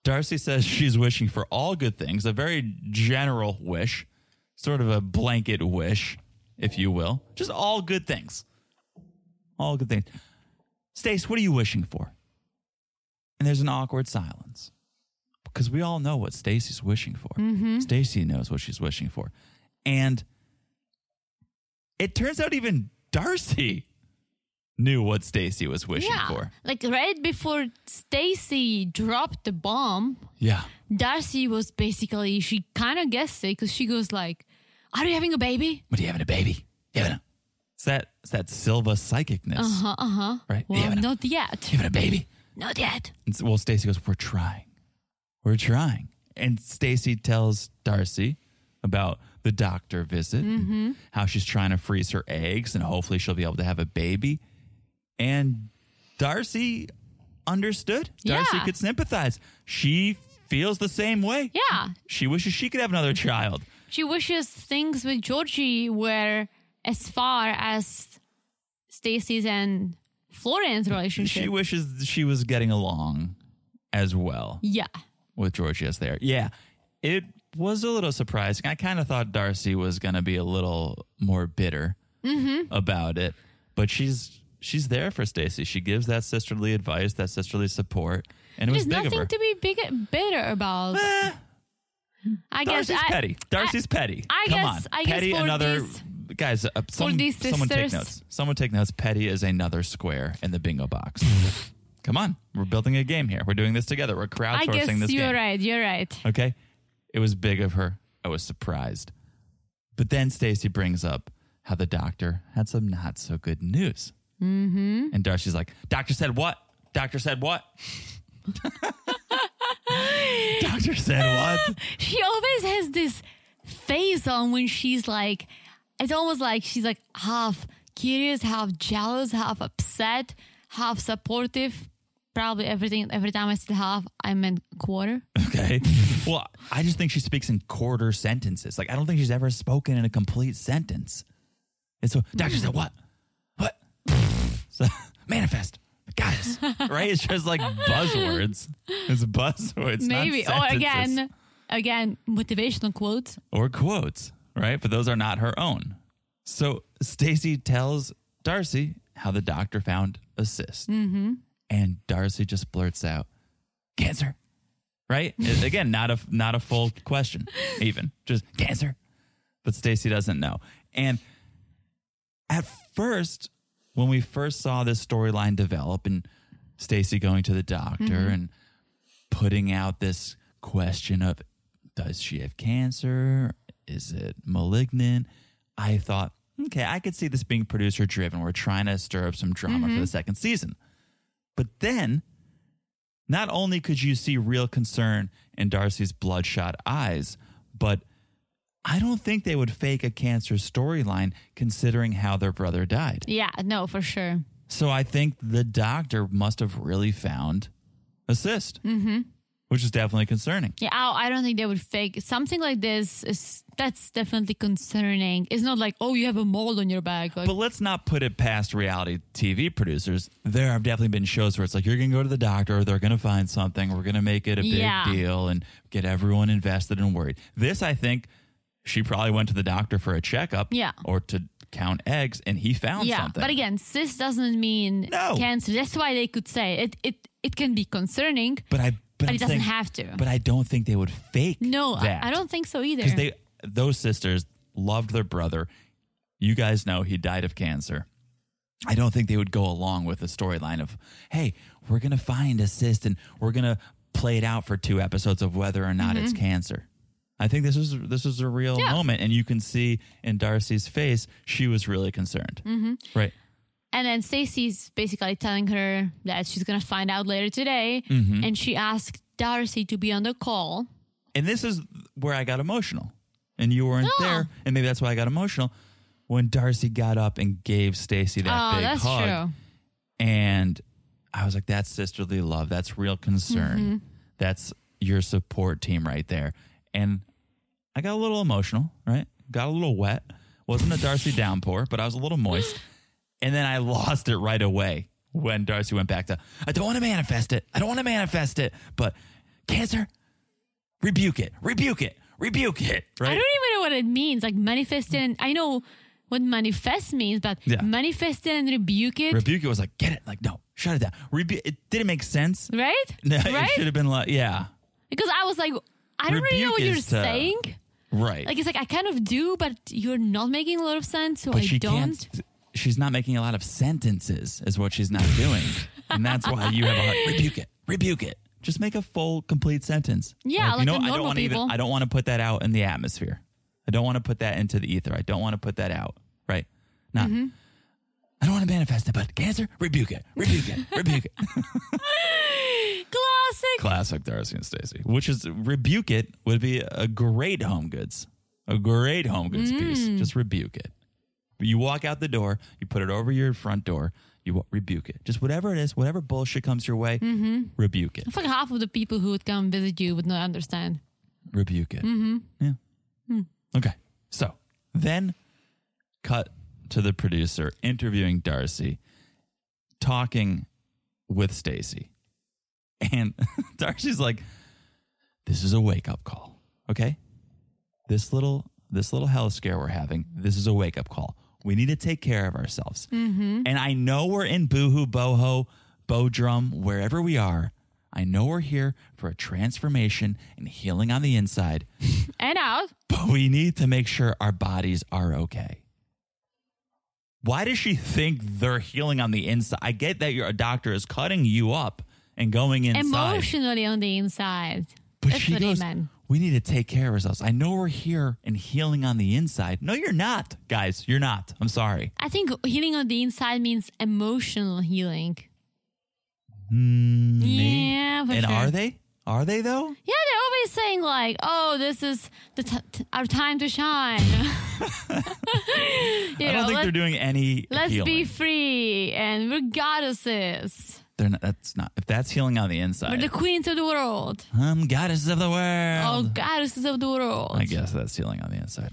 Speaker 2: Darcy says she's wishing for all good things, a very general wish, sort of a blanket wish, if you will. Just all good things. All good things. Stace, what are you wishing for? And there's an awkward silence. Because we all know what Stacy's wishing for. Stacy knows what she's wishing for. And it turns out even Darcy knew what Stacy was wishing
Speaker 3: yeah,
Speaker 2: for.
Speaker 3: like right before Stacy dropped the bomb,
Speaker 2: Yeah.
Speaker 3: Darcy was basically she kind of guessed it because she goes like, "Are you having a baby?"
Speaker 2: What are you having a baby? You having a? It's that it's that Silva psychicness,
Speaker 3: Uh huh. Uh huh.
Speaker 2: right?
Speaker 3: Well,
Speaker 2: you having a,
Speaker 3: not yet.
Speaker 2: you having a baby?
Speaker 3: Not yet.
Speaker 2: And s- well, Stacy goes, "We're trying, we're trying." And Stacy tells Darcy about the doctor visit,
Speaker 3: Mm-hmm.
Speaker 2: and how she's trying to freeze her eggs, and hopefully she'll be able to have a baby. And Darcy understood. Darcy
Speaker 3: Yeah.
Speaker 2: could sympathize. She feels the same way.
Speaker 3: Yeah,
Speaker 2: She wishes she could have another child.
Speaker 3: she wishes things with Georgie were as far as Stacy's and Florian's relationship.
Speaker 2: She wishes she was getting along as well.
Speaker 3: yeah.
Speaker 2: with Georgios there. Yeah, it was a little surprising. I kind of thought Darcy was going to be a little more bitter
Speaker 3: Mm-hmm.
Speaker 2: about it, but she's she's there for Stacy. She gives that sisterly advice, that sisterly support, and it was
Speaker 3: There's
Speaker 2: big of her.
Speaker 3: nothing to be big, bitter about.
Speaker 2: Eh,
Speaker 3: I guess
Speaker 2: Darcy's
Speaker 3: I,
Speaker 2: petty. Darcy's petty.
Speaker 3: I
Speaker 2: Come
Speaker 3: guess-
Speaker 2: on,
Speaker 3: I guess
Speaker 2: petty.
Speaker 3: for
Speaker 2: another
Speaker 3: these-
Speaker 2: guys. Uh, some,
Speaker 3: these
Speaker 2: someone take
Speaker 3: sisters-
Speaker 2: notes. Someone take notes. Petty is another square in the bingo box. Come on, we're building a game here. We're doing this together. We're crowdsourcing
Speaker 3: I guess
Speaker 2: this
Speaker 3: you're
Speaker 2: game.
Speaker 3: right. You're right.
Speaker 2: Okay. It was big of her. I was surprised. But then Stacy brings up how the doctor had some not so good news. Mm-hmm. And Darcy's like, Doctor said what? Doctor said what? doctor said what?
Speaker 3: She always has this face on when she's like, it's almost like she's like half curious, half jealous, half upset, half supportive. Probably everything. Every time I said half, I meant quarter.
Speaker 2: Okay. well, I just think she speaks in quarter sentences. Like, I don't think she's ever spoken in a complete sentence. And so, doctor said, what? What? so, manifest. Goddess. Right? It's just like buzzwords. It's buzzwords. not
Speaker 3: Maybe. Or
Speaker 2: sentences.
Speaker 3: again, again, motivational quotes.
Speaker 2: Or quotes, right? But those are not her own. So, Stacy tells Darcy how the doctor found a cyst. Mm-hmm. And Darcy just blurts out, cancer right It- again not a not a full question even just cancer but stacy doesn't know and at first when we first saw this storyline develop and stacy going to the doctor and putting out this question of does she have cancer is it malignant i thought okay i could see this being producer driven we're trying to stir up some drama for the second season but then not only could you see real concern in Darcy's bloodshot eyes, but I don't think they would fake a cancer storyline considering how their brother died.
Speaker 3: Yeah, no, for sure.
Speaker 2: So I think the doctor must have really found a cyst, mm-hmm. which is definitely concerning.
Speaker 3: Yeah, I, I don't think they would fake something like this. Is that's definitely concerning. It's not like oh, you have a mold on your back. Like,
Speaker 2: But let's not put it past reality TV producers. There have definitely been shows where it's like you're going to go to the doctor, they're going to find something, we're going to make it a big
Speaker 3: Yeah.
Speaker 2: deal and get everyone invested and worried. This, I think, She probably went to the doctor for a checkup
Speaker 3: Yeah.
Speaker 2: or to count eggs and he found
Speaker 3: yeah,
Speaker 2: something.
Speaker 3: but again, cis doesn't mean
Speaker 2: No.
Speaker 3: cancer. That's why they could say it. It it can be concerning.
Speaker 2: but I but,
Speaker 3: But
Speaker 2: I'm
Speaker 3: it doesn't
Speaker 2: saying-
Speaker 3: have to.
Speaker 2: But I don't think they would fake
Speaker 3: No, I,
Speaker 2: that.
Speaker 3: I don't think so either.
Speaker 2: because they those sisters loved their brother. You guys know he died of cancer. I don't think they would go along with the storyline of, hey, we're gonna find a cyst and we're gonna play it out for two episodes of whether or not it's cancer. I think this is this is a real
Speaker 3: Mm-hmm. Yeah.
Speaker 2: moment, and you can see in Darcy's face she was really concerned. Mm-hmm. Right?
Speaker 3: And then Stacy's basically telling her that she's gonna find out later today,
Speaker 2: Mm-hmm.
Speaker 3: and she asked Darcy to be on the call.
Speaker 2: and this is where I got emotional, and you weren't
Speaker 3: Oh.
Speaker 2: there, and maybe that's why I got emotional when Darcy got up and gave Stacy that
Speaker 3: oh,
Speaker 2: big
Speaker 3: that's
Speaker 2: hug,
Speaker 3: true.
Speaker 2: and I was like, "That's sisterly love. That's real concern.
Speaker 3: Mm-hmm.
Speaker 2: That's your support team right there." And I got a little emotional, right? Got a little wet. Wasn't a Darcy downpour, but I was a little moist, and then I lost it right away when Darcy went back to, "I don't want to manifest it. I don't want to manifest it, but cancer." rebuke it, rebuke it, rebuke it.
Speaker 3: I
Speaker 2: Right?
Speaker 3: don't even know what it means. Like manifest and I know what manifest means, but
Speaker 2: Yeah.
Speaker 3: manifest it and rebuke it,
Speaker 2: rebuke it was like, get it, like no, shut it down. Rebu- it didn't make sense.
Speaker 3: right?
Speaker 2: No, It should
Speaker 3: right?
Speaker 2: have been like, yeah,
Speaker 3: Because I was like, I don't really know
Speaker 2: Rebuke
Speaker 3: what you're
Speaker 2: is to-
Speaker 3: saying.
Speaker 2: right.
Speaker 3: Like it's like I kind of do, but you're not making a lot of sense, so
Speaker 2: but
Speaker 3: I
Speaker 2: she
Speaker 3: don't.
Speaker 2: can't. She's not making a lot of sentences, is what she's not doing, and that's why you have a hard, rebuke it, rebuke it. Just make a full, complete sentence.
Speaker 3: Yeah, like
Speaker 2: you know,
Speaker 3: the
Speaker 2: I don't
Speaker 3: normal
Speaker 2: want to even.
Speaker 3: people.
Speaker 2: I don't want to put that out in the atmosphere. I don't want to put that into the ether. I don't want to put that out. Right? Not.
Speaker 3: Mm-hmm.
Speaker 2: I don't want to manifest it, but cancer, rebuke it, rebuke it, rebuke it.
Speaker 3: Classic.
Speaker 2: classic Darcy and Stacy, which is rebuke it would be a great home goods, a great home goods piece. Just rebuke it. You walk out the door, you put it over your front door, you wa- rebuke it. Just whatever it is, whatever bullshit comes your way, rebuke it,
Speaker 3: It's like half of the people who would come visit you would not understand.
Speaker 2: rebuke it. Mm-hmm. Yeah. Okay. So then cut to the producer interviewing Darcy, talking with Stacy. And Darcy's like, this is a wake up call. Okay. This little this little health scare we're having, this is a wake up call. We need to take care of ourselves. And I know we're in boohoo, boho, bodrum, wherever we are. I know we're here for a transformation and healing on the inside
Speaker 3: And out.
Speaker 2: but we need to make sure our bodies are okay. Why does she think they're healing on the inside? I get that your doctor is cutting you up and going inside.
Speaker 3: emotionally on the inside.
Speaker 2: but
Speaker 3: That's
Speaker 2: she
Speaker 3: what I
Speaker 2: goes,
Speaker 3: meant.
Speaker 2: we need to take care of ourselves. I know we're here and healing on the inside. No, you're not, guys. You're not. I'm sorry.
Speaker 3: I think healing on the inside means emotional healing.
Speaker 2: Mm, maybe.
Speaker 3: Yeah, for
Speaker 2: And
Speaker 3: sure.
Speaker 2: are they? Are they though?
Speaker 3: Yeah, they're always saying like, "Oh, this is the t- t- our time to shine." you
Speaker 2: I don't
Speaker 3: know,
Speaker 2: think
Speaker 3: let,
Speaker 2: they're doing any.
Speaker 3: let's
Speaker 2: healing.
Speaker 3: be free, and we're goddesses.
Speaker 2: They're not. That's not. If that's healing on the inside,
Speaker 3: We're the queens of the world.
Speaker 2: I'm goddess of the
Speaker 3: Oh,
Speaker 2: world.
Speaker 3: goddesses of the world.
Speaker 2: I guess that's healing on the inside.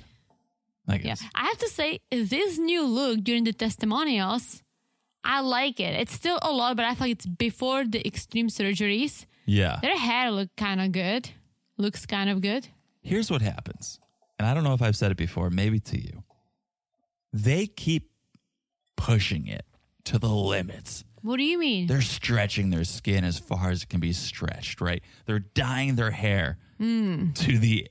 Speaker 2: I
Speaker 3: Yeah,
Speaker 2: guess.
Speaker 3: I have to say, this new look during the testimonials, I like it. It's still a lot, but I feel like it's before the extreme surgeries.
Speaker 2: Yeah.
Speaker 3: Their hair look kind of good. Looks kind of good.
Speaker 2: Here's what happens. And I don't know if I've said it before, maybe to you. They keep pushing it to the limits.
Speaker 3: What do you mean?
Speaker 2: They're stretching their skin as far as it can be stretched, right? They're dyeing their hair to the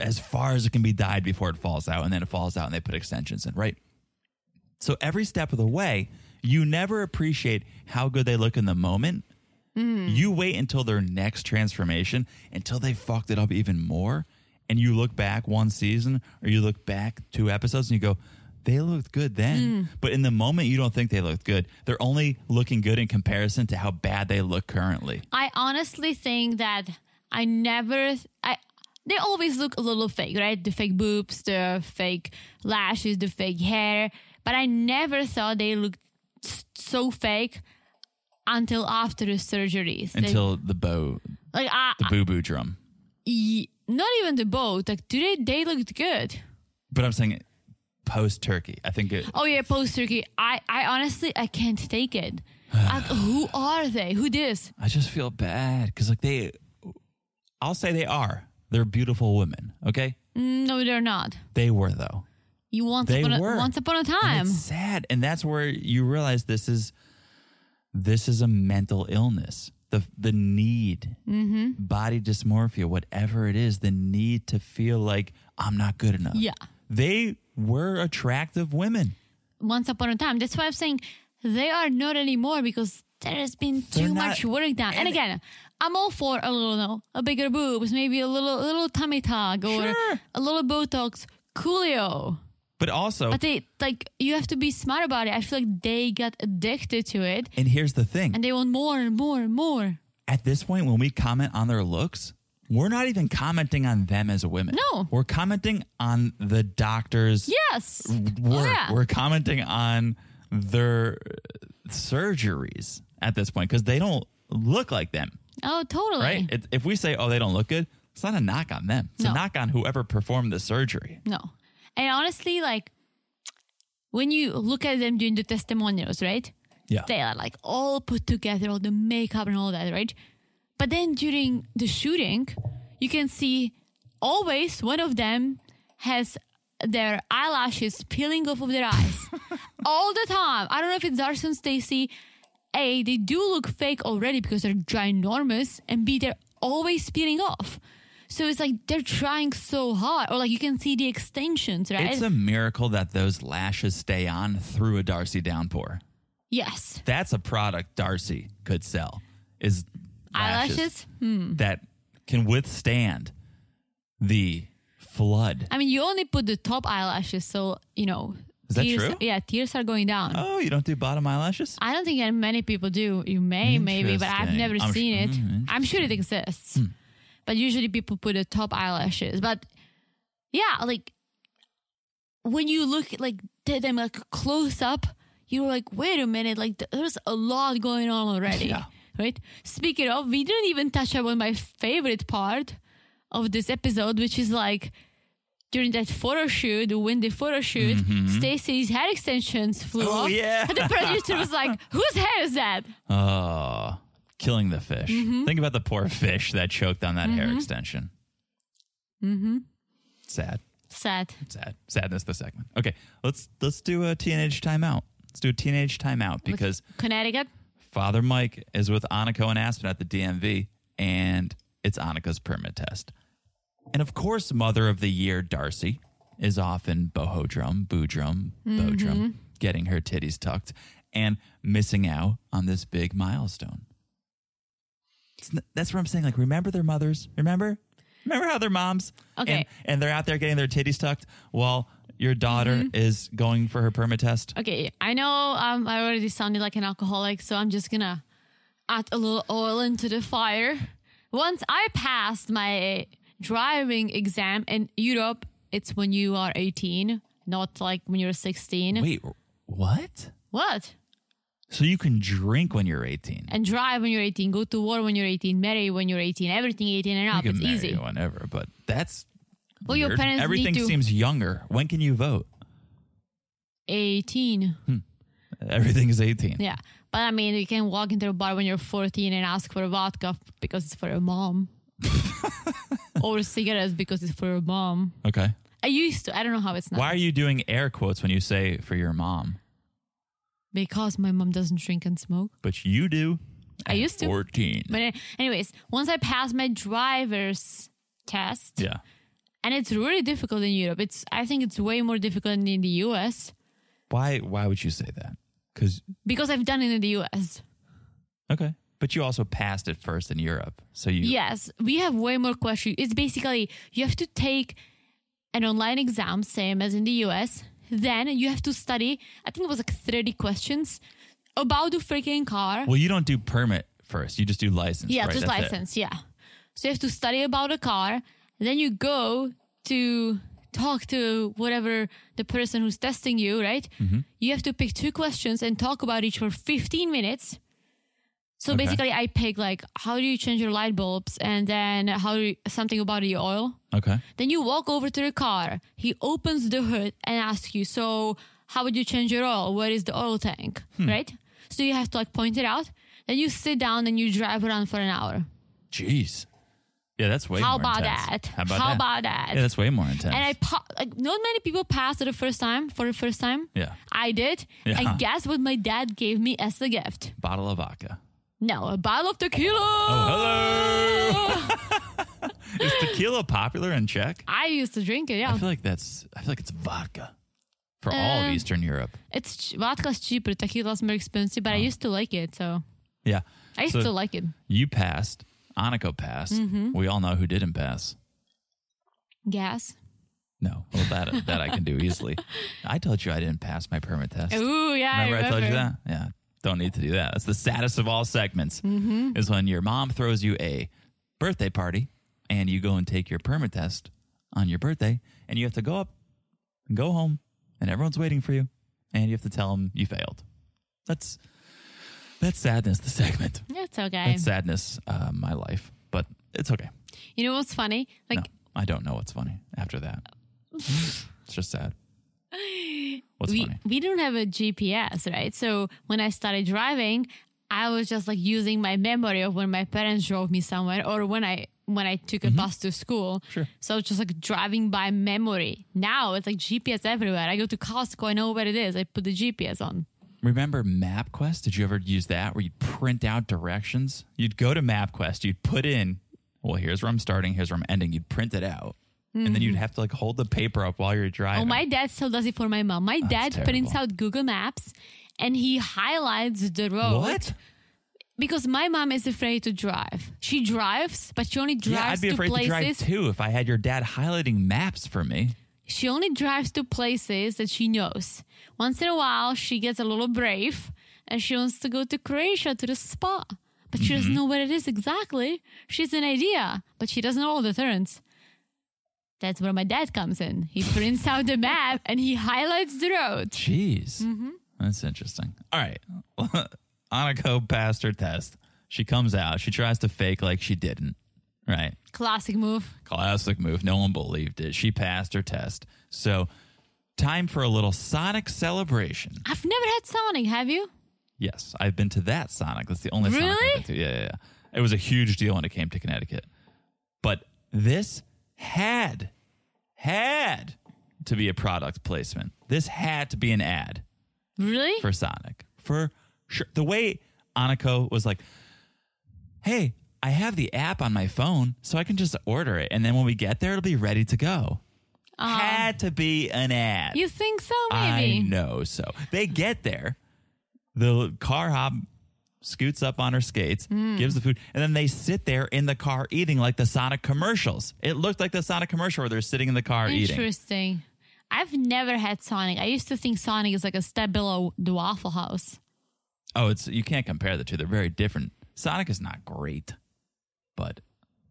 Speaker 2: as far as it can be dyed before it falls out and then it falls out and they put extensions in, right? So every step of the way, you never appreciate how good they look in the moment.
Speaker 3: Mm.
Speaker 2: You wait until their next transformation, until they fucked it up even more, and you look back one season or you look back two episodes and you go, they looked good
Speaker 3: Mm.
Speaker 2: then. But in the moment, you don't think they looked good. They're only looking good in comparison to how bad they look currently.
Speaker 3: I honestly think that I never. I they always look a little fake, right? The fake boobs, the fake lashes, the fake hair. But I never thought they looked s- so fake until after the surgeries. They-
Speaker 2: Until the bow,
Speaker 3: like I,
Speaker 2: the boo boo drum.
Speaker 3: Ye- not even the boat. Like today, they looked good.
Speaker 2: But I'm saying post turkey. I think it,
Speaker 3: Oh yeah, post turkey. I, I honestly, I can't take it. Like, who are they? Who this?
Speaker 2: I just feel bad because like they, I'll say they are. They're beautiful women. Okay,
Speaker 3: Mm, No, they're not.
Speaker 2: They were though.
Speaker 3: You once
Speaker 2: They
Speaker 3: upon a,
Speaker 2: were.
Speaker 3: once upon a
Speaker 2: And
Speaker 3: time.
Speaker 2: it's sad, and that's where you realize this is this is a mental illness. The the need,
Speaker 3: Mm-hmm.
Speaker 2: body dysmorphia, whatever it is, the need to feel like I'm not good enough.
Speaker 3: Yeah.
Speaker 2: they were attractive women.
Speaker 3: Once upon a time. That's why I'm saying they are not anymore because there has been
Speaker 2: They're
Speaker 3: too much
Speaker 2: not-
Speaker 3: work done. And, again, I'm all for a little, no, a bigger boobs, maybe a little, a little tummy tuck or
Speaker 2: Sure.
Speaker 3: a little Botox. Coolio.
Speaker 2: But also,
Speaker 3: But they like you have to be smart about it. I feel like they got addicted to it
Speaker 2: and here's the thing:
Speaker 3: and they want more and more and more.
Speaker 2: at this point, when we comment on their looks, we're not even commenting on them as women.
Speaker 3: No.
Speaker 2: we're commenting on the doctors.
Speaker 3: Yes.
Speaker 2: We're,
Speaker 3: Oh, yeah.
Speaker 2: we're commenting on their surgeries at this point because they don't look like them,
Speaker 3: Oh, totally.
Speaker 2: right? It, if we say, oh, they don't look good, it's not a knock on them. It's
Speaker 3: No.
Speaker 2: a knock on whoever performed the surgery.
Speaker 3: No. And honestly, like when you look at them doing the testimonials, right?
Speaker 2: Yeah.
Speaker 3: They are like all put together, all the makeup and all that, right? But then during the shooting, you can see always one of them has their eyelashes peeling off of their eyes all the time. I don't know if it's Darson Stacy. A, they do look fake already because they're ginormous, and B, they're always peeling off. So it's like they're trying so hard, or like you can see the extensions, right?
Speaker 2: It's a miracle that those lashes stay on through a Darcy downpour.
Speaker 3: yes.
Speaker 2: That's a product Darcy could sell is lashes
Speaker 3: Eyelashes? Hmm.
Speaker 2: that can withstand the flood.
Speaker 3: I mean, you only put the top eyelashes, so you know.
Speaker 2: Is that
Speaker 3: tears,
Speaker 2: true?
Speaker 3: Yeah, tears are going down.
Speaker 2: Oh, you don't do bottom eyelashes?
Speaker 3: I don't think that many people do. You may, maybe, but I've
Speaker 2: Interesting.
Speaker 3: never
Speaker 2: I'm
Speaker 3: seen
Speaker 2: su- mm, Hmm.
Speaker 3: it. I'm sure it exists, but usually people put the top eyelashes. But yeah, like when you look at, like at them like close up, you're like, wait a minute, like th- there's a lot going on already,
Speaker 2: Yeah.
Speaker 3: right? Speaking of, we didn't even touch upon my favorite part of this episode, which is like during that photo shoot, the windy photo shoot, Stacy's hair extensions flew
Speaker 2: Mm-hmm. Oh,
Speaker 3: off.
Speaker 2: yeah.
Speaker 3: And the producer was like, whose hair is that?
Speaker 2: Oh, killing the fish. Think about the poor fish that choked on that hair extension. Mm-hmm. Sad,
Speaker 3: Sad.
Speaker 2: sad, sadness. The segment. Okay, let's let's do a teenage timeout. Let's do a teenage timeout
Speaker 3: With
Speaker 2: because
Speaker 3: Connecticut?
Speaker 2: Father Mike is with Annika and Aspen at the DMV, and it's Annika's permit test. And of course, Mother of the Year Darcy is off in boho drum, boo drum, bow
Speaker 3: Mm-hmm.
Speaker 2: drum, getting her titties tucked and missing out on this big milestone. It's n- that's what I'm saying. Like, remember their mothers. Remember, remember how their moms.
Speaker 3: Okay.
Speaker 2: And, and they're out there getting their titties tucked while your daughter is going for her permit test.
Speaker 3: Mm-hmm. Okay, I know um, I already sounded like an alcoholic, so I'm just gonna add a little oil into the fire. Once I passed my driving exam in Europe, it's when you are 18, not like when you're 16.
Speaker 2: Wait, what?
Speaker 3: What?
Speaker 2: So you can drink when you're 18.
Speaker 3: And drive when you're 18, go to war when you're 18, marry when you're 18, everything 18 and up.
Speaker 2: you
Speaker 3: It's
Speaker 2: can marry
Speaker 3: easy.
Speaker 2: whenever, but that's
Speaker 3: Well, your
Speaker 2: weird.
Speaker 3: parents need
Speaker 2: Everything
Speaker 3: to-
Speaker 2: seems younger. When can you vote?
Speaker 3: 18.
Speaker 2: Hmm. Everything is 18.
Speaker 3: Yeah. But I mean, you can walk into a bar when you're 14 and ask for a vodka because it's for your mom. or cigarettes because it's for your mom.
Speaker 2: Okay.
Speaker 3: I used to. I don't know how it's now.
Speaker 2: Why are you doing air quotes when you say for your mom,
Speaker 3: Because my mom doesn't drink and smoke.
Speaker 2: but you do?
Speaker 3: I
Speaker 2: at
Speaker 3: used to.
Speaker 2: 14.
Speaker 3: But a- anyways, once I passed my driver's test,
Speaker 2: Yeah.
Speaker 3: and it's really difficult in Europe. It's I think it's way more difficult than in the US
Speaker 2: Why why would you say that? Cuz
Speaker 3: because I've done it in the US.
Speaker 2: okay, but you also passed it first in Europe. So you
Speaker 3: Yes, we have way more questions. It's basically you have to take an online exam, same as in the US. Then you have to study, I think it was like 30 questions about the freaking car.
Speaker 2: Well, you don't do permit first. You just do license,
Speaker 3: yeah,
Speaker 2: right?
Speaker 3: just
Speaker 2: That's it.
Speaker 3: license. Yeah. So you have to study about a car. Then you go to talk to whatever the person who's testing you, right?
Speaker 2: Mm-hmm.
Speaker 3: You have to pick two questions and talk about each for 15 minutes. So
Speaker 2: Okay.
Speaker 3: basically, I pick like how do you change your light bulbs, and then how do you, something about the oil.
Speaker 2: Okay.
Speaker 3: Then you walk over to the car. He opens the hood and asks you, "So, how would you change your oil? Where is the oil tank?"
Speaker 2: Hmm.
Speaker 3: Right? So you have to like point it out. Then you sit down and you drive around for an hour.
Speaker 2: Jeez. Yeah, that's way
Speaker 3: How
Speaker 2: more
Speaker 3: about
Speaker 2: intense.
Speaker 3: that?
Speaker 2: How about
Speaker 3: How
Speaker 2: that?
Speaker 3: about that?
Speaker 2: Yeah, that's way more intense.
Speaker 3: and I pa- like not many people passed it the first time for the first time.
Speaker 2: yeah.
Speaker 3: I did.
Speaker 2: Yeah.
Speaker 3: And guess what my dad gave me as a gift?
Speaker 2: Bottle of vodka.
Speaker 3: No, a bottle of tequila.
Speaker 2: Oh, Hello. Is tequila popular in Czech?
Speaker 3: I used to drink it. Yeah,
Speaker 2: I feel like that's I feel like it's vodka for all of
Speaker 3: Um,
Speaker 2: Eastern Europe.
Speaker 3: it's ch- vodka's cheaper, tequila's more expensive, but I used to like it. So
Speaker 2: Yeah.
Speaker 3: I used
Speaker 2: Oh. So
Speaker 3: to like Mm-hmm. it.
Speaker 2: you passed. Aniko passed. We all know who didn't pass.
Speaker 3: Gas.
Speaker 2: No. Well that that I can do easily. I told you I didn't pass my permit test.
Speaker 3: Ooh, yeah.
Speaker 2: Remember, I,
Speaker 3: I,
Speaker 2: told you that? Yeah. Don't need to do that. That's the saddest of all segments is when your mom throws you a birthday party and you go and take your permit test on your birthday and you have to go up and go home and everyone's waiting for you and you have to tell them you failed. That's that's sadness, the segment.
Speaker 3: That's okay.
Speaker 2: That's sadness, uh, my life, but it's okay.
Speaker 3: you know what's funny? Like
Speaker 2: no, I don't know what's funny after that. it's just sad. What's
Speaker 3: we
Speaker 2: funny?
Speaker 3: we don't have a GPS, right? So when I started driving, I was just like using my memory of when my parents drove me somewhere or when I when I took a bus to school.
Speaker 2: Mm-hmm. Sure.
Speaker 3: So I was just like driving by memory. Now it's like GPS everywhere. I go to Costco, I know where it is. I put the GPS on.
Speaker 2: Remember MapQuest? Did you ever use that where you'd print out directions? You'd go to MapQuest, you'd put in, well, here's where I'm starting, here's where I'm ending. You'd print it out. And then you'd have to like hold the paper up while you're driving.
Speaker 3: Mm-hmm. Oh, my dad still does it for my mom. My dad prints
Speaker 2: terrible.
Speaker 3: out Google Maps and he highlights the road.
Speaker 2: What?
Speaker 3: Because my mom is afraid to drive. She drives, but she only drives
Speaker 2: Yeah, I'd be
Speaker 3: to
Speaker 2: afraid
Speaker 3: places
Speaker 2: to drive too if I had your dad highlighting maps for me.
Speaker 3: She only drives to places that she knows. Once in a while, she gets a little brave and she wants to go to Croatia to the spa. But she
Speaker 2: Mm-hmm.
Speaker 3: doesn't know where it is exactly. She has an idea, but she doesn't know all the turns. That's where my dad comes in. He prints out the map and he highlights the road.
Speaker 2: Jeez.
Speaker 3: Mm-hmm.
Speaker 2: That's interesting. All right. Aniko passed her test. She comes out. She tries to fake like she didn't. Right.
Speaker 3: Classic move.
Speaker 2: Classic move. No one believed it. She passed her test. So, time for a little Sonic celebration.
Speaker 3: I've never had Sonic, have you?
Speaker 2: Yes, I've been to that Sonic. That's the only Sonic
Speaker 3: Really?
Speaker 2: I've been to. Yeah, yeah, yeah. It was a huge deal when it came to Connecticut. But this had had to be a product placement. This had to be an ad
Speaker 3: Really?
Speaker 2: for Sonic. For sure. The way Aniko was like, hey, I have the app on my phone, so I can just order it. And then when we get there, it'll be ready to go. had to be an ad.
Speaker 3: you think so,
Speaker 2: I
Speaker 3: maybe?
Speaker 2: know so. They get there. The car hop scoots up on her skates,
Speaker 3: Hmm.
Speaker 2: gives the food, and then they sit there in the car eating like the Sonic commercials. It looked like the Sonic commercial where they're sitting in the car eating.
Speaker 3: Interesting. I've never had Sonic. I used to think Sonic is like a step below the Waffle House.
Speaker 2: Oh, it's you can't compare the two. They're very different. Sonic is not great, but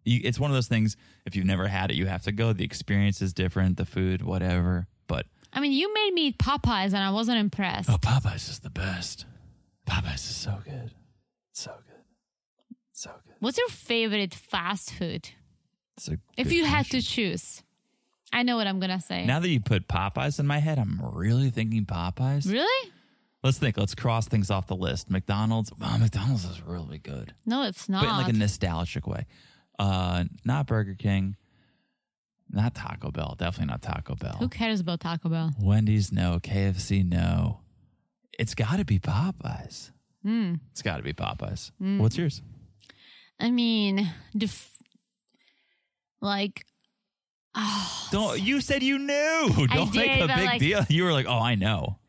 Speaker 2: you, it's one of those things. If you've never had it, you have to go. The experience is different. The food, whatever. But
Speaker 3: I mean, you made me eat Popeyes and I wasn't impressed.
Speaker 2: oh, Popeyes is the best. Popeyes is so good, so good, so good.
Speaker 3: What's your favorite fast food?
Speaker 2: It's a
Speaker 3: If
Speaker 2: good
Speaker 3: you had
Speaker 2: question.
Speaker 3: to choose, I know what I'm going to say.
Speaker 2: Now that you put Popeyes in my head, I'm really thinking Popeyes.
Speaker 3: really?
Speaker 2: Let's think. Let's cross things off the list. McDonald's. Wow, McDonald's is really good,
Speaker 3: No, it's
Speaker 2: but in
Speaker 3: not.
Speaker 2: like a nostalgic way. Uh, not Burger King, not Taco Bell. Definitely not Taco Bell.
Speaker 3: Who cares about Taco Bell?
Speaker 2: Wendy's. No. KFC. No. It's got to be Popeyes.
Speaker 3: Hmm.
Speaker 2: It's got to be Popeyes. What's yours?
Speaker 3: I mean, the f- like, oh,
Speaker 2: Don't you said you knew? Don't make
Speaker 3: did,
Speaker 2: a
Speaker 3: but,
Speaker 2: big
Speaker 3: like-
Speaker 2: deal. You were like, oh, I know.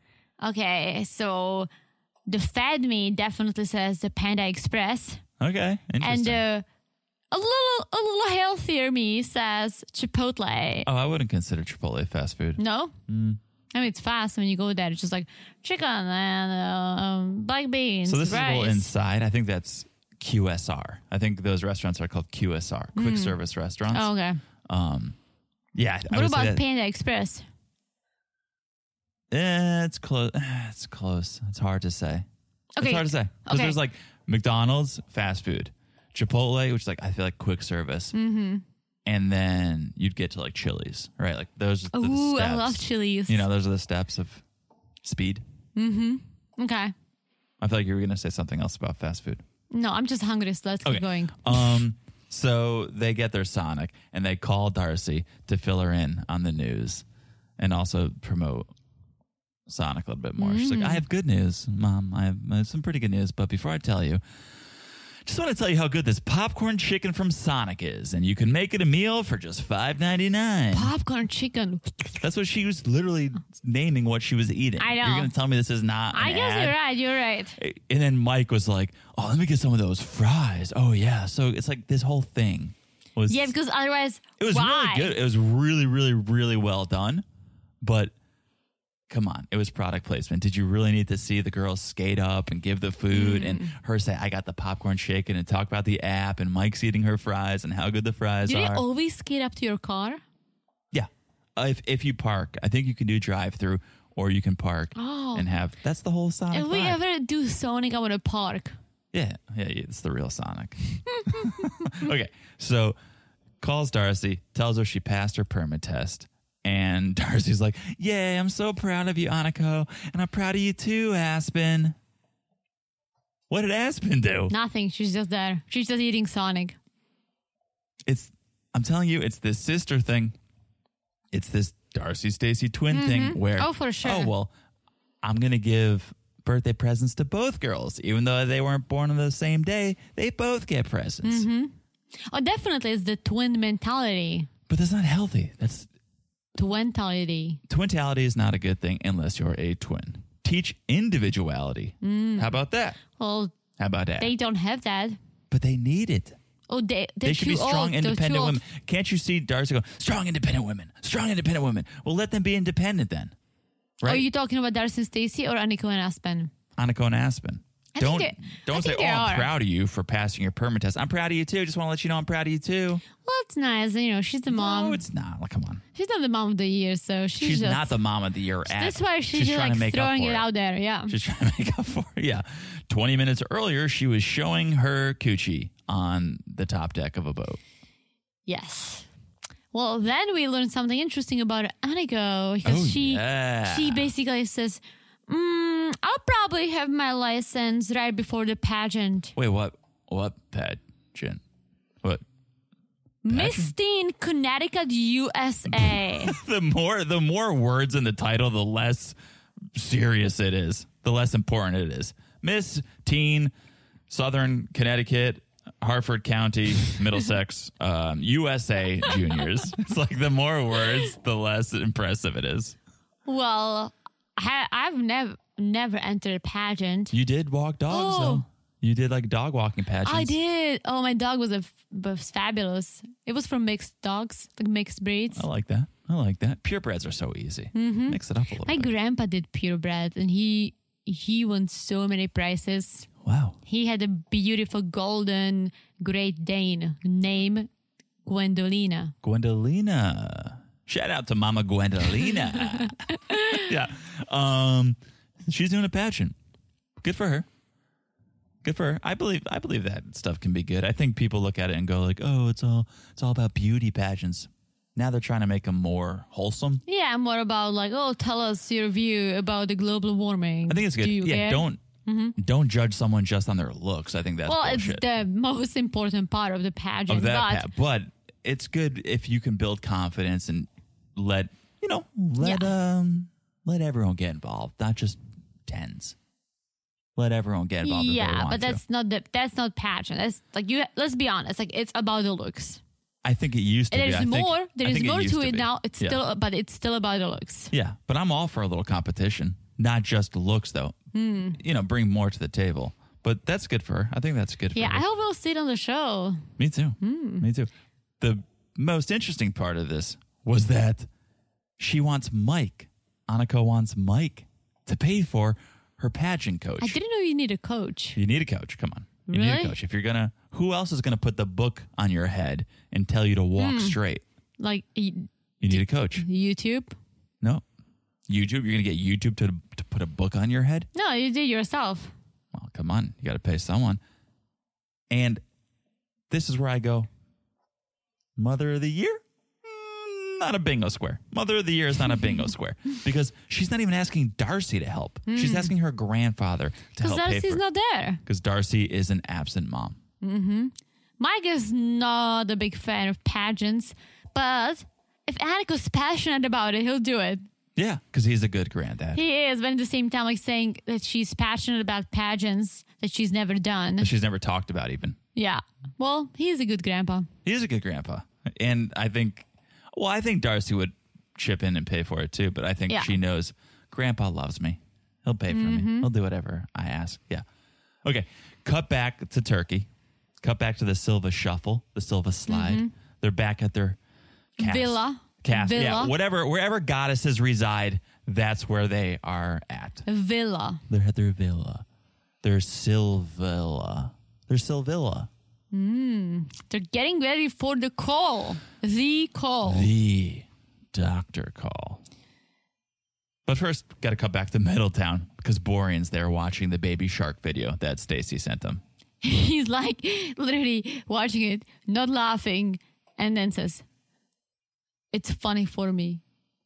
Speaker 3: okay. So the Fed Me definitely says the Panda Express.
Speaker 2: Okay,
Speaker 3: And
Speaker 2: interesting.
Speaker 3: uh, a little a little healthier me says Chipotle.
Speaker 2: oh, Mm. I wouldn't consider Chipotle fast food.
Speaker 3: No. I mean, it's fast when you go there. It's just like chicken and uh, um, black beans.
Speaker 2: So this
Speaker 3: rice.
Speaker 2: is a little inside. I think that's QSR. I think those restaurants are called QSR, quick service restaurants.
Speaker 3: Hmm. Oh, okay.
Speaker 2: Yeah. I
Speaker 3: what
Speaker 2: would say
Speaker 3: about
Speaker 2: that-
Speaker 3: Panda Express?
Speaker 2: Eh, it's close. It's close. It's hard to say.
Speaker 3: Okay.
Speaker 2: It's hard to say. 'Cause
Speaker 3: Okay.
Speaker 2: there's like McDonald's fast food, Chipotle, which is like I feel like quick service, mm-hmm. and then you'd get to like Chili's, right? Like those. Are the
Speaker 3: Ooh,
Speaker 2: steps.
Speaker 3: I love Chili's.
Speaker 2: You know, those are the steps of speed.
Speaker 3: Okay.
Speaker 2: I feel like you were gonna say something else about fast food.
Speaker 3: No, I'm just hungry, so let's
Speaker 2: Okay.
Speaker 3: keep going.
Speaker 2: Um, So they get their Sonic and they call Darcy to fill her in on the news and also promote Sonic a little bit more. She's
Speaker 3: Mm.
Speaker 2: like, I have good news, Mom. I have, I have some pretty good news, but before I tell you, just want to tell you how good this popcorn chicken from Sonic is, and you can make it a meal for just five ninety nine.
Speaker 3: Popcorn chicken.
Speaker 2: That's what she was literally naming what she was eating.
Speaker 3: I know.
Speaker 2: You're gonna tell me this is not.
Speaker 3: I
Speaker 2: an
Speaker 3: guess
Speaker 2: ad?
Speaker 3: you're right. You're right.
Speaker 2: And then Mike was like, "Oh, let me get some of those fries." Oh yeah, so it's like this whole thing was
Speaker 3: Yeah, because otherwise,
Speaker 2: it was
Speaker 3: why?
Speaker 2: really good. It was really, really, really well done. But come on, it was product placement. Did you really need to see the girl skate up and give the food and
Speaker 3: Mm.
Speaker 2: her say, "I got the popcorn shaken" and talk about the app and Mike's eating her fries and how good the fries
Speaker 3: Do they
Speaker 2: are?
Speaker 3: always skate up to your car?
Speaker 2: yeah, Uh, if if you park, I think you can do drive through or you can park
Speaker 3: Oh.
Speaker 2: and have. That's the whole Sonic.
Speaker 3: If we
Speaker 2: vibe.
Speaker 3: ever do Sonic, I want to park.
Speaker 2: Yeah, yeah, yeah, it's the real Sonic. okay, so calls Darcy, tells her she passed her permit test, and Darcy's like, "Yay, I'm so proud of you, Aniko, and I'm proud of you too, Aspen." What did Aspen do?
Speaker 3: Nothing. She's just there. She's just eating Sonic.
Speaker 2: It's I'm telling you, it's this sister thing. It's this Darcy Stacy twin thing where
Speaker 3: Oh, for sure.
Speaker 2: Oh well, I'm gonna give birthday presents to both girls, even though they weren't born on the same day. They both get
Speaker 3: Mm-hmm.
Speaker 2: presents.
Speaker 3: Oh, definitely, it's the twin mentality.
Speaker 2: But that's not healthy. That's
Speaker 3: Twintality.
Speaker 2: twintality is not a good thing unless you're a twin. Teach individuality. How about that?
Speaker 3: Well,
Speaker 2: How about that?
Speaker 3: Mm. they don't have that.
Speaker 2: but they need it.
Speaker 3: Oh, they they're
Speaker 2: they should
Speaker 3: too
Speaker 2: be strong,
Speaker 3: old. They're too
Speaker 2: independent
Speaker 3: old.
Speaker 2: women. Can't you see Darcy go, strong, independent women, strong, independent women? Well, let them be independent then. Right?
Speaker 3: Are Oh, you talking about Darcy and Stacy or Aniko and Aspen?
Speaker 2: Annika and Aspen.
Speaker 3: I think
Speaker 2: don't
Speaker 3: they- I
Speaker 2: don't say,
Speaker 3: think
Speaker 2: oh,
Speaker 3: they
Speaker 2: I'm
Speaker 3: are."
Speaker 2: proud of you for passing your permit test. I'm proud of you too. Just want to let you know I'm proud of you too.
Speaker 3: Well, it's nice. You know, she's the
Speaker 2: No,
Speaker 3: mom.
Speaker 2: it's not. Like, come on.
Speaker 3: she's not the mom of the year, so she's,
Speaker 2: She's,
Speaker 3: just,
Speaker 2: not the mom of the year. at-
Speaker 3: That's why she's, just
Speaker 2: trying to
Speaker 3: like
Speaker 2: make up
Speaker 3: throwing
Speaker 2: for
Speaker 3: it out there. Yeah.
Speaker 2: She's trying to make up for it. Yeah. 20 minutes earlier, she was showing her coochie on the top deck of a boat.
Speaker 3: Yes. Well, then we learned something interesting about Aniko because
Speaker 2: Oh,
Speaker 3: she
Speaker 2: yeah.
Speaker 3: she basically says, mm, "I'll probably have my license right before the pageant."
Speaker 2: Wait, what? What pageant? What?
Speaker 3: Miss Teen Connecticut, USA.
Speaker 2: The more the more words in the title, the less serious it is, the less important it is. Miss Teen, Southern Connecticut, Harford County, Middlesex, um, USA juniors. It's like the more words, the less impressive it is.
Speaker 3: well, I, I've never never entered a pageant.
Speaker 2: You did walk dogs
Speaker 3: Oh.
Speaker 2: though. You did like dog walking pageants.
Speaker 3: I did. Oh, my dog was a f- was fabulous. It was from mixed dogs, like mixed breeds.
Speaker 2: I like that. I like that. Purebreds are so easy.
Speaker 3: Mm-hmm.
Speaker 2: Mix it up a little
Speaker 3: My
Speaker 2: bit.
Speaker 3: grandpa did purebred, and he he won so many prizes.
Speaker 2: wow.
Speaker 3: He had a beautiful golden Great Dane named Gwendolina.
Speaker 2: Gwendolina. Shout out to Mama Gwendolina. yeah. Um, she's doing a pageant. Good for her. Good for her. I believe I believe that stuff can be good. I think people look at it and go like, "Oh, it's all it's all about beauty pageants." Now they're trying to make them more wholesome.
Speaker 3: Yeah, I'm more about like, oh, tell us your view about the global warming.
Speaker 2: I think it's good.
Speaker 3: Do you
Speaker 2: yeah,
Speaker 3: care? Mm-hmm.
Speaker 2: don't don't judge someone just on their looks. I think that's
Speaker 3: Well,
Speaker 2: bullshit.
Speaker 3: it's the most important part of the pageant,
Speaker 2: of that
Speaker 3: but
Speaker 2: path. But it's good if you can build confidence and let you know let um let everyone get involved, not just tens. Let everyone get involved. if they
Speaker 3: yeah,
Speaker 2: want
Speaker 3: but that's
Speaker 2: to.
Speaker 3: not the that's not pageant. That's like you. Let's be honest. Like it's about the looks.
Speaker 2: I think it used to. be.
Speaker 3: There's
Speaker 2: I think-
Speaker 3: more.
Speaker 2: I
Speaker 3: There is
Speaker 2: think
Speaker 3: more
Speaker 2: used
Speaker 3: to it
Speaker 2: be.
Speaker 3: now. It's
Speaker 2: Yeah.
Speaker 3: still, but it's still about the looks.
Speaker 2: yeah. But I'm all for a little competition, not just looks though.
Speaker 3: Hmm.
Speaker 2: You know, bring more to the table. But that's good for her. I think that's good for
Speaker 3: Yeah,
Speaker 2: her.
Speaker 3: I hope we'll see it on the show.
Speaker 2: Me too.
Speaker 3: Hmm.
Speaker 2: Me too. The most interesting part of this was that she wants Mike. Aniko wants Mike to pay for her pageant coach.
Speaker 3: I didn't know you need a coach.
Speaker 2: You need a coach. Come on. You need
Speaker 3: Really?
Speaker 2: a coach. If you're going to, who else is going to put the book on your head and tell you to
Speaker 3: Hmm.
Speaker 2: walk straight?
Speaker 3: Like y-
Speaker 2: You need a coach.
Speaker 3: YouTube.
Speaker 2: No. YouTube, you're going to get YouTube to, to put a book on your head?
Speaker 3: No, you do yourself.
Speaker 2: Well, come on. You got to pay someone. And this is where I go Mother of the Year? Mm, Not a bingo square. Mother of the year is not a bingo square because she's not even asking Darcy to help. She's asking her grandfather to
Speaker 3: Hmm. Because
Speaker 2: help.
Speaker 3: Darcy's not there.
Speaker 2: because Darcy is an absent mom.
Speaker 3: Mike is not a big fan of pageants, but if Atticus passionate about it, he'll do it.
Speaker 2: Yeah, because he's a good granddad.
Speaker 3: He is, but at the same time, like saying that she's passionate about pageants that she's never done.
Speaker 2: She's never talked about even.
Speaker 3: Yeah. Well, he's a good grandpa.
Speaker 2: He is a good grandpa. And I think, well, I think Darcy would chip in and pay for it too, but I think
Speaker 3: Yeah. Mm-hmm.
Speaker 2: she knows Grandpa loves me. He'll pay for me. He'll do whatever I ask. Yeah. Okay. Cut back to Turkey. Cut back to the Silva shuffle, the Silva slide. They're back at their cas-
Speaker 3: Mm-hmm. Villa.
Speaker 2: Cas- Yeah.
Speaker 3: Villa.
Speaker 2: Whatever, wherever goddesses reside, that's where they are at.
Speaker 3: Villa.
Speaker 2: They're at their villa. They're Silvilla. They're Silvilla.
Speaker 3: They're getting ready for the call. The call.
Speaker 2: the doctor call. But first, got to cut back to Middletown because Borean's there watching the baby shark video that Stacy sent them.
Speaker 3: He's like literally watching it, not laughing, and then says, It's funny for me.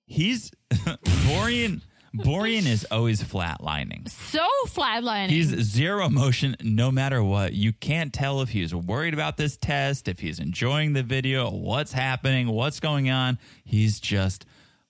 Speaker 2: He's Borean. Borean is always flatlining.
Speaker 3: So flatlining.
Speaker 2: He's zero emotion no matter what. You can't tell if he's worried about this test, if he's enjoying the video, what's happening, what's going on. He's just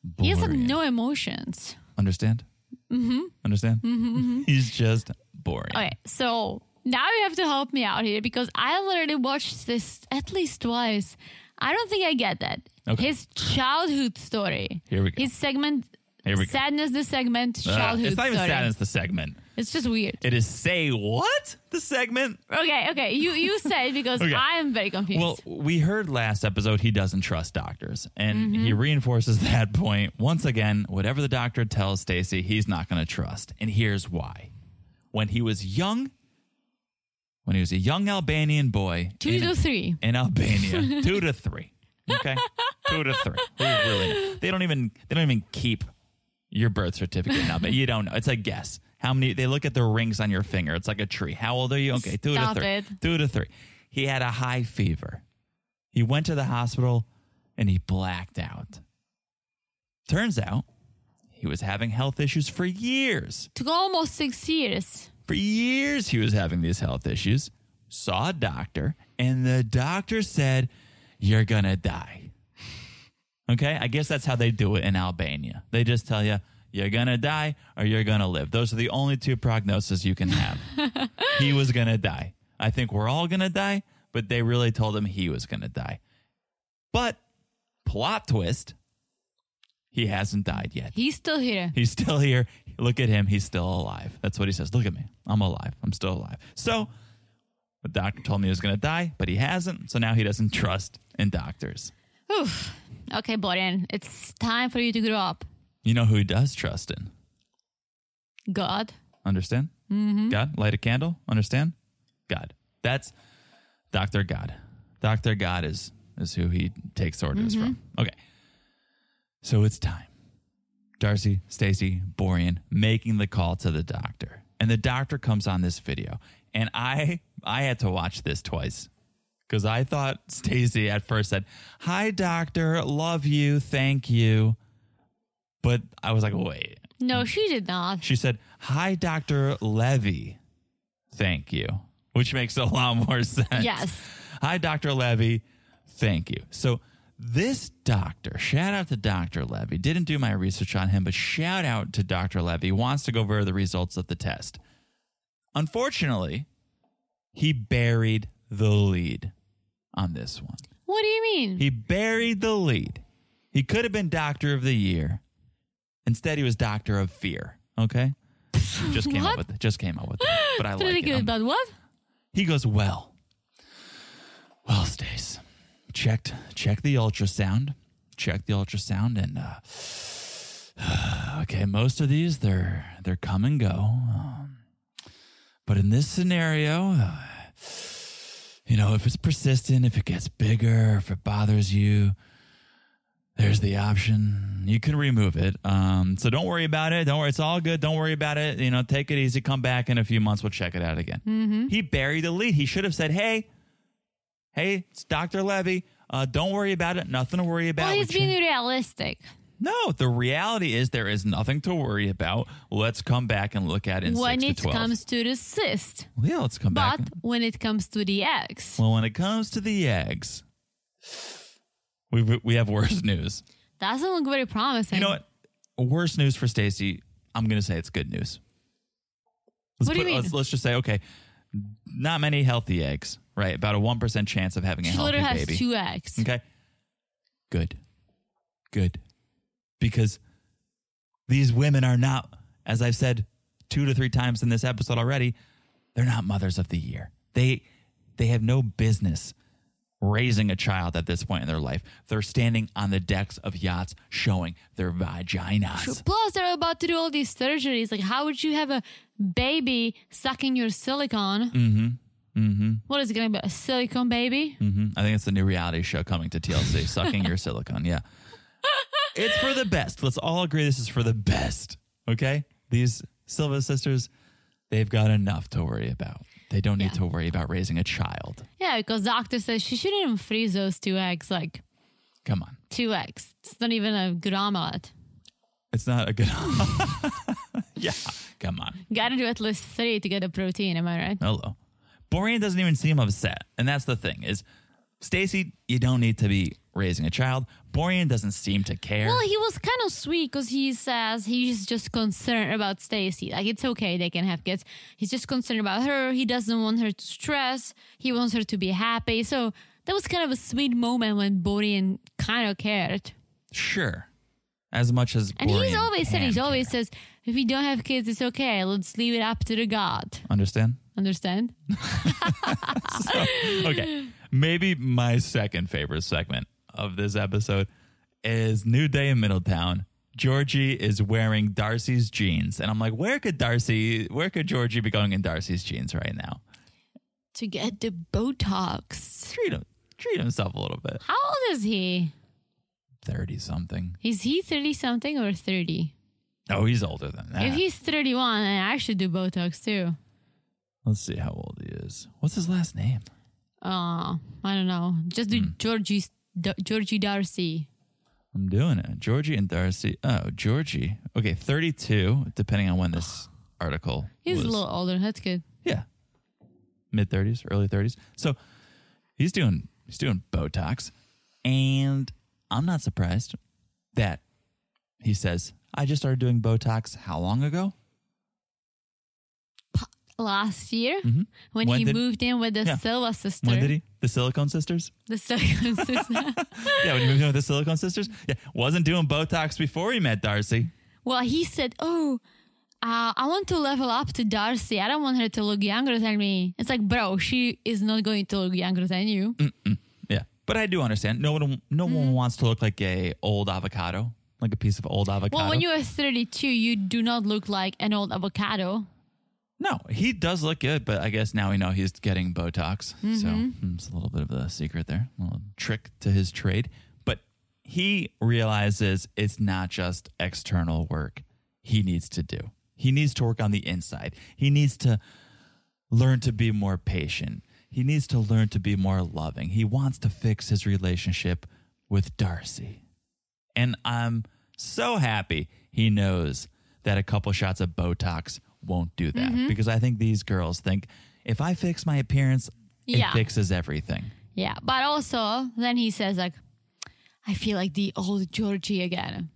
Speaker 2: Borean.
Speaker 3: he has like no emotions.
Speaker 2: Understand? Mm-hmm. Understand? Mm-hmm. He's just boring.
Speaker 3: Okay, so now you have to help me out here because I literally watched this at least twice. I don't think I get that.
Speaker 2: Okay.
Speaker 3: His childhood story.
Speaker 2: Here we go.
Speaker 3: His segment.
Speaker 2: Here we go.
Speaker 3: Sadness, the segment,
Speaker 2: Ugh,
Speaker 3: childhood
Speaker 2: Uh, it's not even
Speaker 3: story.
Speaker 2: sadness the segment.
Speaker 3: It's just weird.
Speaker 2: It is say what the segment.
Speaker 3: Okay, okay. You you say it because
Speaker 2: Okay.
Speaker 3: I am very confused.
Speaker 2: Well, we heard last episode he doesn't trust doctors, and
Speaker 3: Mm-hmm.
Speaker 2: he reinforces that point once again. Whatever the doctor tells Stacy, he's not going to trust, and here's why. When he was young, when he was a young Albanian boy,
Speaker 3: Two
Speaker 2: in-
Speaker 3: to three.
Speaker 2: in Albania, two to three. Okay, two to three. Who really- They don't even they don't even keep your birth certificate now, but you don't know. It's a guess. How many? They look at the rings on your finger. It's like a tree. How old are you? Okay, two
Speaker 3: Stop
Speaker 2: to three.
Speaker 3: it.
Speaker 2: Two to three. He had a high fever. He went to the hospital and he blacked out. Turns out he was having health issues for years
Speaker 3: Took almost six years.
Speaker 2: for years he was having these health issues saw a doctor and the doctor said you're gonna die okay i guess that's how they do it in albania they just tell you you're gonna die or you're gonna live those are the only two prognoses you can have he was gonna die i think we're all gonna die but they really told him he was gonna die but plot twist he hasn't died yet
Speaker 3: He's still here.
Speaker 2: He's still here. Look at him. He's still alive. That's what he says. Look at me. I'm alive. I'm still alive. So the doctor told me he was going to die, but he hasn't. So now he doesn't trust in doctors.
Speaker 3: Oof. Okay, Boren, it's time for you to grow up.
Speaker 2: You know who he does trust in?
Speaker 3: God.
Speaker 2: Understand? Mm-hmm. God, light a candle. Understand? God. That's Dr. God. Dr. God is, is who he takes orders from. Okay. So it's time. Darcy, Stacy, Borean making the call to the doctor. And the doctor comes on this video. And I I had to watch this twice. Cause I thought Stacy at first said, Hi doctor, love you, thank you. But I was like, wait.
Speaker 3: No, she did not.
Speaker 2: She said, Hi, Dr. Levy. Thank you. Which makes a lot more sense.
Speaker 3: Yes.
Speaker 2: Hi, Dr. Levy. Thank you. So, this doctor, shout out to Dr. Levy, didn't do my research on him, but shout out to Dr. Levy, wants to go over the results of the test. Unfortunately, he buried the lead on this one.
Speaker 3: What do you mean?
Speaker 2: He buried the lead. He could have been Doctor of the Year. Instead, he was Doctor of Fear. Okay, just came up
Speaker 3: What?
Speaker 2: with it. Just came up with it. But I
Speaker 3: Pretty
Speaker 2: like it.
Speaker 3: good,
Speaker 2: I'm-
Speaker 3: but what?
Speaker 2: he goes, well, well, Stace, checked, check the ultrasound, check the ultrasound, and uh, okay, most of these they're they're come and go, um, but in this scenario. Uh, you know, if it's persistent, if it gets bigger, if it bothers you, there's the option. You can remove it. Um, so don't worry about it. Don't worry. It's all good. Don't worry about it. You know, take it easy. Come back in a few months. We'll check it out again.
Speaker 3: Mm-hmm.
Speaker 2: He buried the lead. He should have said, hey, hey, it's Dr. Levy. Uh, don't worry about it. Nothing to worry about.
Speaker 3: Well,
Speaker 2: We
Speaker 3: he's
Speaker 2: checked-
Speaker 3: being realistic.
Speaker 2: No, the reality is there is nothing to worry about. Let's come back and look at it in
Speaker 3: when
Speaker 2: six
Speaker 3: it
Speaker 2: to 12.
Speaker 3: comes to the cyst,
Speaker 2: yeah, let's come
Speaker 3: but
Speaker 2: back.
Speaker 3: when it comes to the eggs,
Speaker 2: Well, when it comes to the eggs, we we have worse news.
Speaker 3: doesn't look very promising.
Speaker 2: You know what? Worse news for Stacy. I'm gonna say it's good news. Let's
Speaker 3: What do you mean?
Speaker 2: Let's, let's just say okay. Not many healthy eggs, right? About a one percent chance of having a
Speaker 3: She
Speaker 2: healthy
Speaker 3: literally has
Speaker 2: baby.
Speaker 3: two eggs.
Speaker 2: Okay. Good. Good. Because these women are not, as I've said two to three times in this episode already, they're not mothers of the year. They they have no business raising a child at this point in their life. They're standing on the decks of yachts showing their
Speaker 3: True.
Speaker 2: vaginas.
Speaker 3: Plus, they're about to do all these surgeries. Like, how would you have a baby sucking your silicone? Mm-hmm. Mm-hmm. What is it going to be? A silicone baby?
Speaker 2: hmm I think it's the new reality show coming to TLC, sucking your silicone. Yeah. It's for the best. Let's all agree this is for the best. Okay? These Silva sisters, they've got enough to worry about. They don't need
Speaker 3: Yeah.
Speaker 2: to worry about raising a child.
Speaker 3: Yeah, because doctor says she shouldn't even freeze those two eggs. Like,
Speaker 2: Come on.
Speaker 3: two eggs. It's not even a good omelet.
Speaker 2: It's not a good Yeah. Come on.
Speaker 3: Gotta do at least three to get the protein, am I right?
Speaker 2: Hello. Borean doesn't even seem upset. And that's the thing is Stacy, you don't need to be raising a child. Borean doesn't seem to care.
Speaker 3: Well, he was kind of sweet because he says he's just concerned about Stacy. Like it's okay, they can have kids. He's just concerned about her. He doesn't want her to stress. He wants her to be happy. So that was kind of a sweet moment when Borean kind of cared.
Speaker 2: sure. As much as
Speaker 3: And he's
Speaker 2: Borean
Speaker 3: always said
Speaker 2: can
Speaker 3: he's always
Speaker 2: care.
Speaker 3: says if we don't have kids, it's okay. Let's leave it up to the God.
Speaker 2: Understand?
Speaker 3: Understand?
Speaker 2: okay. Maybe my second favorite segment of this episode is New Day in Middletown. Georgie is wearing Darcy's jeans. And I'm like, where could Darcy, where could Georgie be going in Darcy's jeans right now?
Speaker 3: To get the Botox.
Speaker 2: Treat him, treat himself a little bit.
Speaker 3: How old is he?
Speaker 2: 30 something.
Speaker 3: Is he thirty something or thirty?
Speaker 2: No, Oh, he's older than that.
Speaker 3: If he's thirty one, then I should do Botox too.
Speaker 2: Let's see how old he is. What's his last name?
Speaker 3: Uh, I don't know. Just
Speaker 2: Hmm.
Speaker 3: do Georgie's D- Georgie Darcy.
Speaker 2: I'm doing it. Georgie and Darcy. Oh, Georgie. Okay, 32, depending on when this article
Speaker 3: He's
Speaker 2: was
Speaker 3: a little older. That's good.
Speaker 2: Yeah. Mid 30s, early 30s. So he's doing he's doing Botox and I'm not surprised that he says, "I just started doing Botox how long ago?"
Speaker 3: Last year, when,
Speaker 2: Mm-hmm. When
Speaker 3: he
Speaker 2: did-
Speaker 3: moved in with the
Speaker 2: Yeah.
Speaker 3: Silva sister,
Speaker 2: When did he? The Silicone Sisters?
Speaker 3: the second sister.
Speaker 2: Yeah, when he moved in with the Silicone Sisters? Yeah, wasn't doing Botox before he met Darcy.
Speaker 3: Well, he said, "Oh, uh, I want to level up to Darcy. I don't want her to look younger than me." It's like, bro, she is not going to look younger than you.
Speaker 2: Mm, Yeah. But I do understand. No one no
Speaker 3: Mm-hmm.
Speaker 2: one wants to look like a old avocado, like a piece of old avocado.
Speaker 3: Well, when you are 32, you do not look like an old avocado.
Speaker 2: No, he does look good, but I guess now we know he's getting Botox. So mm, it's a little bit of a secret there, a little trick to his trade. But he realizes it's not just external work he needs to do. He needs to work on the inside. He needs to learn to be more patient. He needs to learn to be more loving. He wants to fix his relationship with Darcy. And I'm so happy he knows that a couple shots of Botox won't do that because I think these girls think if I fix my appearance,
Speaker 3: Yeah.
Speaker 2: it fixes everything.
Speaker 3: Yeah, but also then he says like, "I feel like the old Georgie again."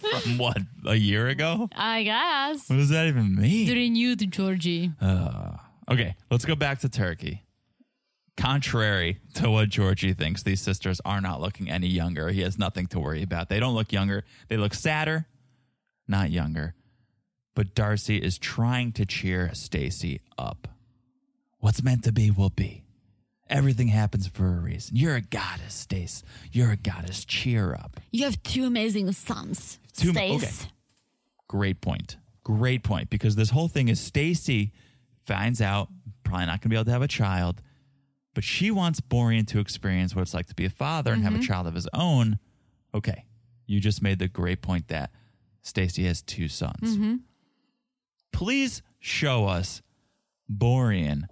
Speaker 2: From what, a year ago?
Speaker 3: I guess
Speaker 2: What does that even mean?
Speaker 3: the renewed Georgie.
Speaker 2: Okay, let's go back to Turkey. Contrary to what Georgie thinks, these sisters are not looking any younger. He has nothing to worry about. They don't look younger. They look sadder, not younger. But Darcy is trying to cheer Stacy up. What's meant to be will be. Everything happens for a reason. You're a goddess, Stace. You're a goddess. Cheer up.
Speaker 3: You have two amazing sons,
Speaker 2: Two ma-
Speaker 3: Stace.
Speaker 2: okay. Great point. Great point. Because this whole thing is Stacy finds out, probably not going to be able to have a child, but she wants Borean to experience what it's like to be a father and have a child of his own. Okay. You just made the great point that Stacy has two sons. Please show us Borean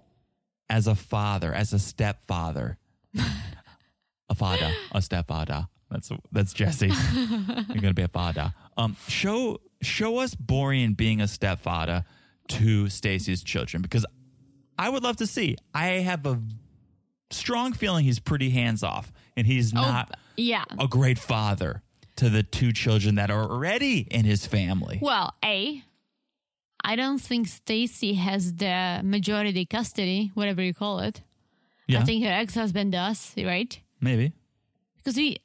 Speaker 2: as a father, as a stepfather, a father, a stepfather. That's that's Jesse. You're gonna be a fada. Um, show show us Borean being a stepfather to Stacy's children because I would love to see. I have a strong feeling he's pretty hands off and he's not
Speaker 3: Oh, yeah.
Speaker 2: a great father to the two children that are already in his family.
Speaker 3: Well, A, I don't think Stacy has the majority custody, whatever you call it.
Speaker 2: yeah,
Speaker 3: I think her ex husband does, right?
Speaker 2: maybe.
Speaker 3: Because we,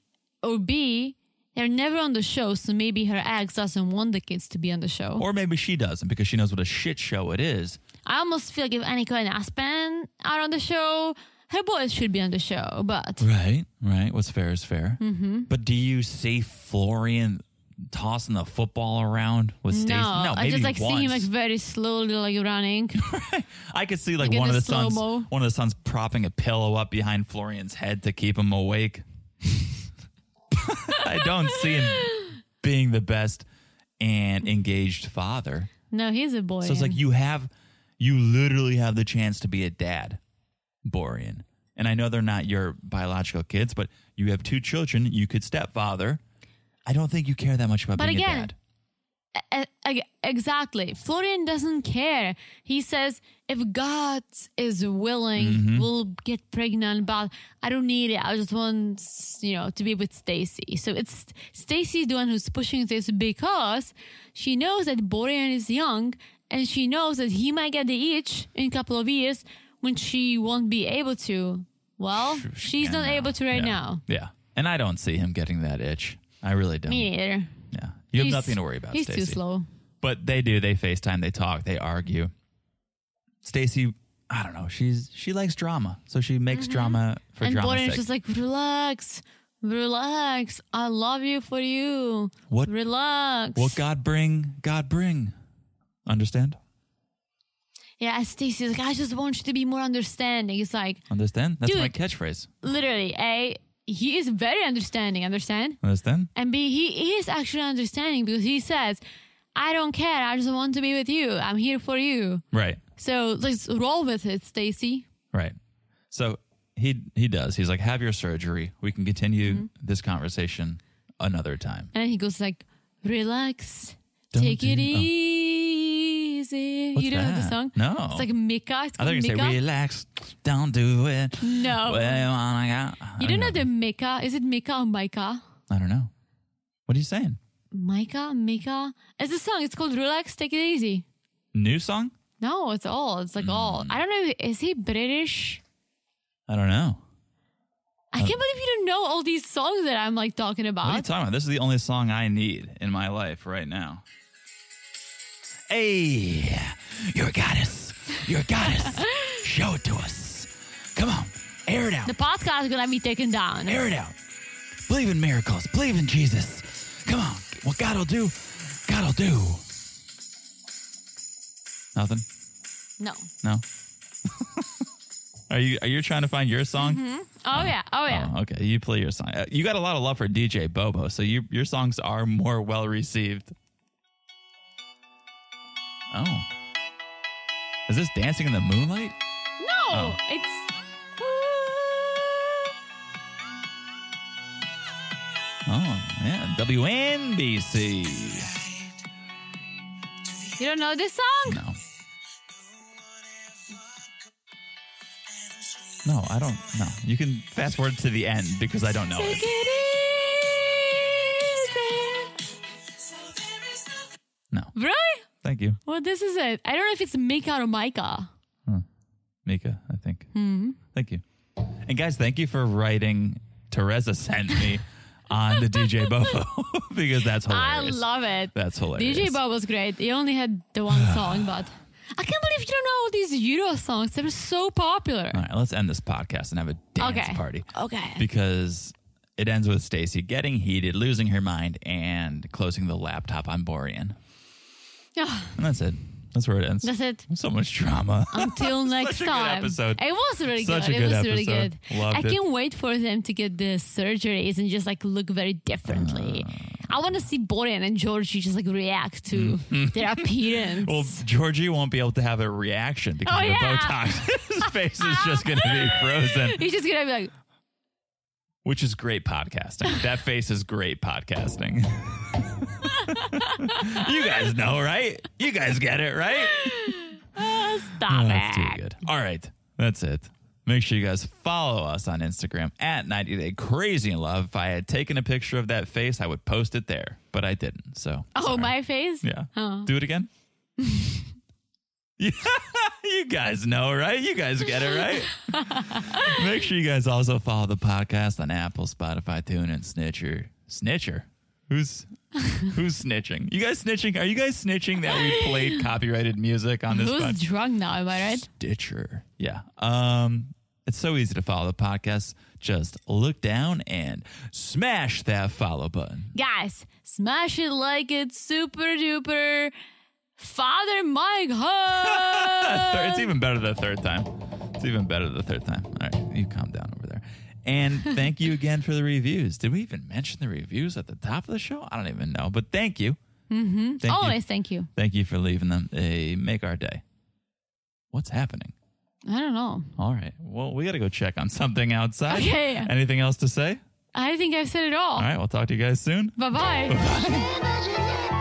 Speaker 3: or B, they're never on the show, so maybe her ex doesn't want the kids to be on the show.
Speaker 2: Or maybe she doesn't because she knows what a shit show it is.
Speaker 3: I almost feel like if Annika and Aspen are on the show, her boys should be on the show, but
Speaker 2: Right, right. What's fair is fair. Mm-hmm. But do you see Florian tossing the football around with Stacey?
Speaker 3: no,
Speaker 2: No, maybe
Speaker 3: I just like
Speaker 2: once.
Speaker 3: see him like very slowly like running.
Speaker 2: I could see like
Speaker 3: like in
Speaker 2: one of
Speaker 3: a
Speaker 2: the sons,
Speaker 3: slow-mo.
Speaker 2: one of the sons propping a pillow up behind Florian's head to keep him awake. I don't see him being the best and engaged father.
Speaker 3: no, he's a boy.
Speaker 2: So it's like you have, you literally have the chance to be a dad, Borean. And I know they're not your biological kids, but you have two children. You could stepfather. I don't think you care that much about
Speaker 3: But
Speaker 2: being
Speaker 3: again,
Speaker 2: a dad.
Speaker 3: E- e- exactly. Florian doesn't care. He says, if God is willing,
Speaker 2: Mm-hmm.
Speaker 3: we'll get pregnant, but I don't need it. I just want, you know, to be with Stacy. So it's Stacy's the one who's pushing this because she knows that Borean is young and she knows that he might get the itch in a couple of years when she won't be able to. Well, she's
Speaker 2: Yeah,
Speaker 3: not
Speaker 2: no.
Speaker 3: able to right
Speaker 2: Yeah.
Speaker 3: now.
Speaker 2: Yeah, and I don't see him getting that itch. I really don't.
Speaker 3: Me neither.
Speaker 2: Yeah, you have
Speaker 3: He's-
Speaker 2: nothing to worry about.
Speaker 3: He's too
Speaker 2: Stacey.
Speaker 3: slow.
Speaker 2: but they do. They Facetime. They talk. They argue. Stacy, I don't know. She's she likes drama, so she makes drama for
Speaker 3: Mm-hmm. and
Speaker 2: drama's
Speaker 3: Boren
Speaker 2: sake.
Speaker 3: is just like, relax, relax. I love you for you.
Speaker 2: What-
Speaker 3: Relax.
Speaker 2: what God bring, God bring. Understand?
Speaker 3: yeah, and Stacey's like, I just want you to be more understanding. It's like,
Speaker 2: Understand? That's my
Speaker 3: Dude.
Speaker 2: catchphrase.
Speaker 3: literally, A, he is very understanding, understand?
Speaker 2: Understand?
Speaker 3: And B, he is actually understanding because he says, I don't care. I just want to be with you. I'm here for you.
Speaker 2: Right.
Speaker 3: So let's roll with it, Stacy.
Speaker 2: Right. So he he does. He's like, have your surgery. We can continue
Speaker 3: Mm-hmm.
Speaker 2: this conversation another time.
Speaker 3: And he goes like, relax,
Speaker 2: Don't
Speaker 3: take it
Speaker 2: do- oh.
Speaker 3: easy.
Speaker 2: What's
Speaker 3: you don't know the
Speaker 2: that?
Speaker 3: song?
Speaker 2: No.
Speaker 3: It's like Mika. It's
Speaker 2: I thought
Speaker 3: called
Speaker 2: you were
Speaker 3: Mika.
Speaker 2: gonna say relax, don't do it.
Speaker 3: No.
Speaker 2: Well, I got-
Speaker 3: You don't know the Mika? Is it Mika or Micah?
Speaker 2: I don't know. What are you saying?
Speaker 3: Micah? Mika? It's a song. It's called Relax, Take It Easy.
Speaker 2: New song?
Speaker 3: No, it's all. It's like
Speaker 2: Mm.
Speaker 3: all. I don't know. Is he British?
Speaker 2: I don't know.
Speaker 3: I can't believe you don't know all these songs that I'm like talking
Speaker 2: What are you
Speaker 3: about.
Speaker 2: talking about? This is the only song I need in my life right now. Hey, you're a goddess. You're a goddess. Show it to us. Come on, air it out.
Speaker 3: the podcast is going to be taken down.
Speaker 2: Air it out. Believe in miracles. Believe in Jesus. Come on. What God will do, God will do. Nothing?
Speaker 3: No.
Speaker 2: No? are you are you trying to find your song?
Speaker 3: Oh, yeah. Oh, yeah.
Speaker 2: Oh, okay. You play your song. Uh, You got a lot of love for DJ Bobo, so you, your songs are more well received. Oh. Is this Dancing in the Moonlight?
Speaker 3: No.
Speaker 2: Oh.
Speaker 3: It's.
Speaker 2: Oh, yeah. WNBC.
Speaker 3: You don't know this song?
Speaker 2: No. No, I don't. No. You can fast forward to the end because I don't know
Speaker 3: Take
Speaker 2: it.
Speaker 3: it easy.
Speaker 2: No.
Speaker 3: Really?
Speaker 2: Thank you,
Speaker 3: Well, this is it. I don't know if it's Mika or Micah.
Speaker 2: Mika, I think.
Speaker 3: Hmm.
Speaker 2: Thank you. And guys, thank you for writing Teresa sent me on the DJ Bobo because that's hilarious.
Speaker 3: I love it.
Speaker 2: That's hilarious.
Speaker 3: DJ Bob was great. He only had the one song, but I can't believe you don't know all these Euro songs. They were so popular.
Speaker 2: All right, let's end this podcast and have a dance
Speaker 3: okay.
Speaker 2: party
Speaker 3: Okay.
Speaker 2: because it ends with Stacy getting heated, losing her mind, and closing the laptop on Borean.
Speaker 3: Ah,
Speaker 2: And that's it. That's where it ends.
Speaker 3: That's it. Um,
Speaker 2: So much drama.
Speaker 3: Until next
Speaker 2: a good
Speaker 3: time.
Speaker 2: episode.
Speaker 3: It was really
Speaker 2: Such
Speaker 3: good.
Speaker 2: a
Speaker 3: it
Speaker 2: good
Speaker 3: was really
Speaker 2: episode.
Speaker 3: good.
Speaker 2: Loved
Speaker 3: I
Speaker 2: it.
Speaker 3: can't wait for them to get the surgeries and just like look very differently.
Speaker 2: Uh.
Speaker 3: I want to see Borean and Georgie just like react to their appearance.
Speaker 2: Mm. Well, Georgie won't be able to have a reaction because
Speaker 3: Oh,
Speaker 2: of the
Speaker 3: yeah.
Speaker 2: Botox. His face is just going to be frozen.
Speaker 3: He's just gonna be like,
Speaker 2: which is great podcasting. that face is great podcasting. you guys know, right? You guys get it, right?
Speaker 3: Stop
Speaker 2: That's too
Speaker 3: it.
Speaker 2: good. All right. That's it. Make sure you guys follow us on Instagram at 90 Day Crazy in Love. If I had taken a picture of that face, I would post it there, but I didn't. So,
Speaker 3: Oh,
Speaker 2: sorry.
Speaker 3: my face?
Speaker 2: Yeah.
Speaker 3: Oh.
Speaker 2: Do it again. Yeah, you guys know, right? You guys get it, right? Make sure you guys also follow the podcast on Apple, Spotify, TuneIn, Snitcher. Snitcher? Who's who's snitching? You guys snitching? Are you guys snitching that we played copyrighted music on this
Speaker 3: Who's
Speaker 2: podcast?
Speaker 3: drunk now? Am I right?
Speaker 2: Stitcher. Yeah. Um, it's so easy to follow the podcast. Just look down and smash that follow button.
Speaker 3: Guys, smash it like it's super duper. Father Mike
Speaker 2: Thir-
Speaker 3: Ho!
Speaker 2: it's even better the third time. It's even better the third time. All right, you calm down over there. And thank you again for the reviews. Did we even mention the reviews at the top of the show? I don't even know, but thank you. Mm-hmm. Thank
Speaker 3: Always
Speaker 2: You.
Speaker 3: Oh, thank you.
Speaker 2: Thank you for leaving them. They make our day. What's happening?
Speaker 3: I don't know.
Speaker 2: All right. Well, we got to go check on something outside.
Speaker 3: Okay. Oh.
Speaker 2: Anything else to say?
Speaker 3: I think I've said it all.
Speaker 2: All right. We'll talk to you guys soon.
Speaker 3: Bye bye.
Speaker 4: Imagine that.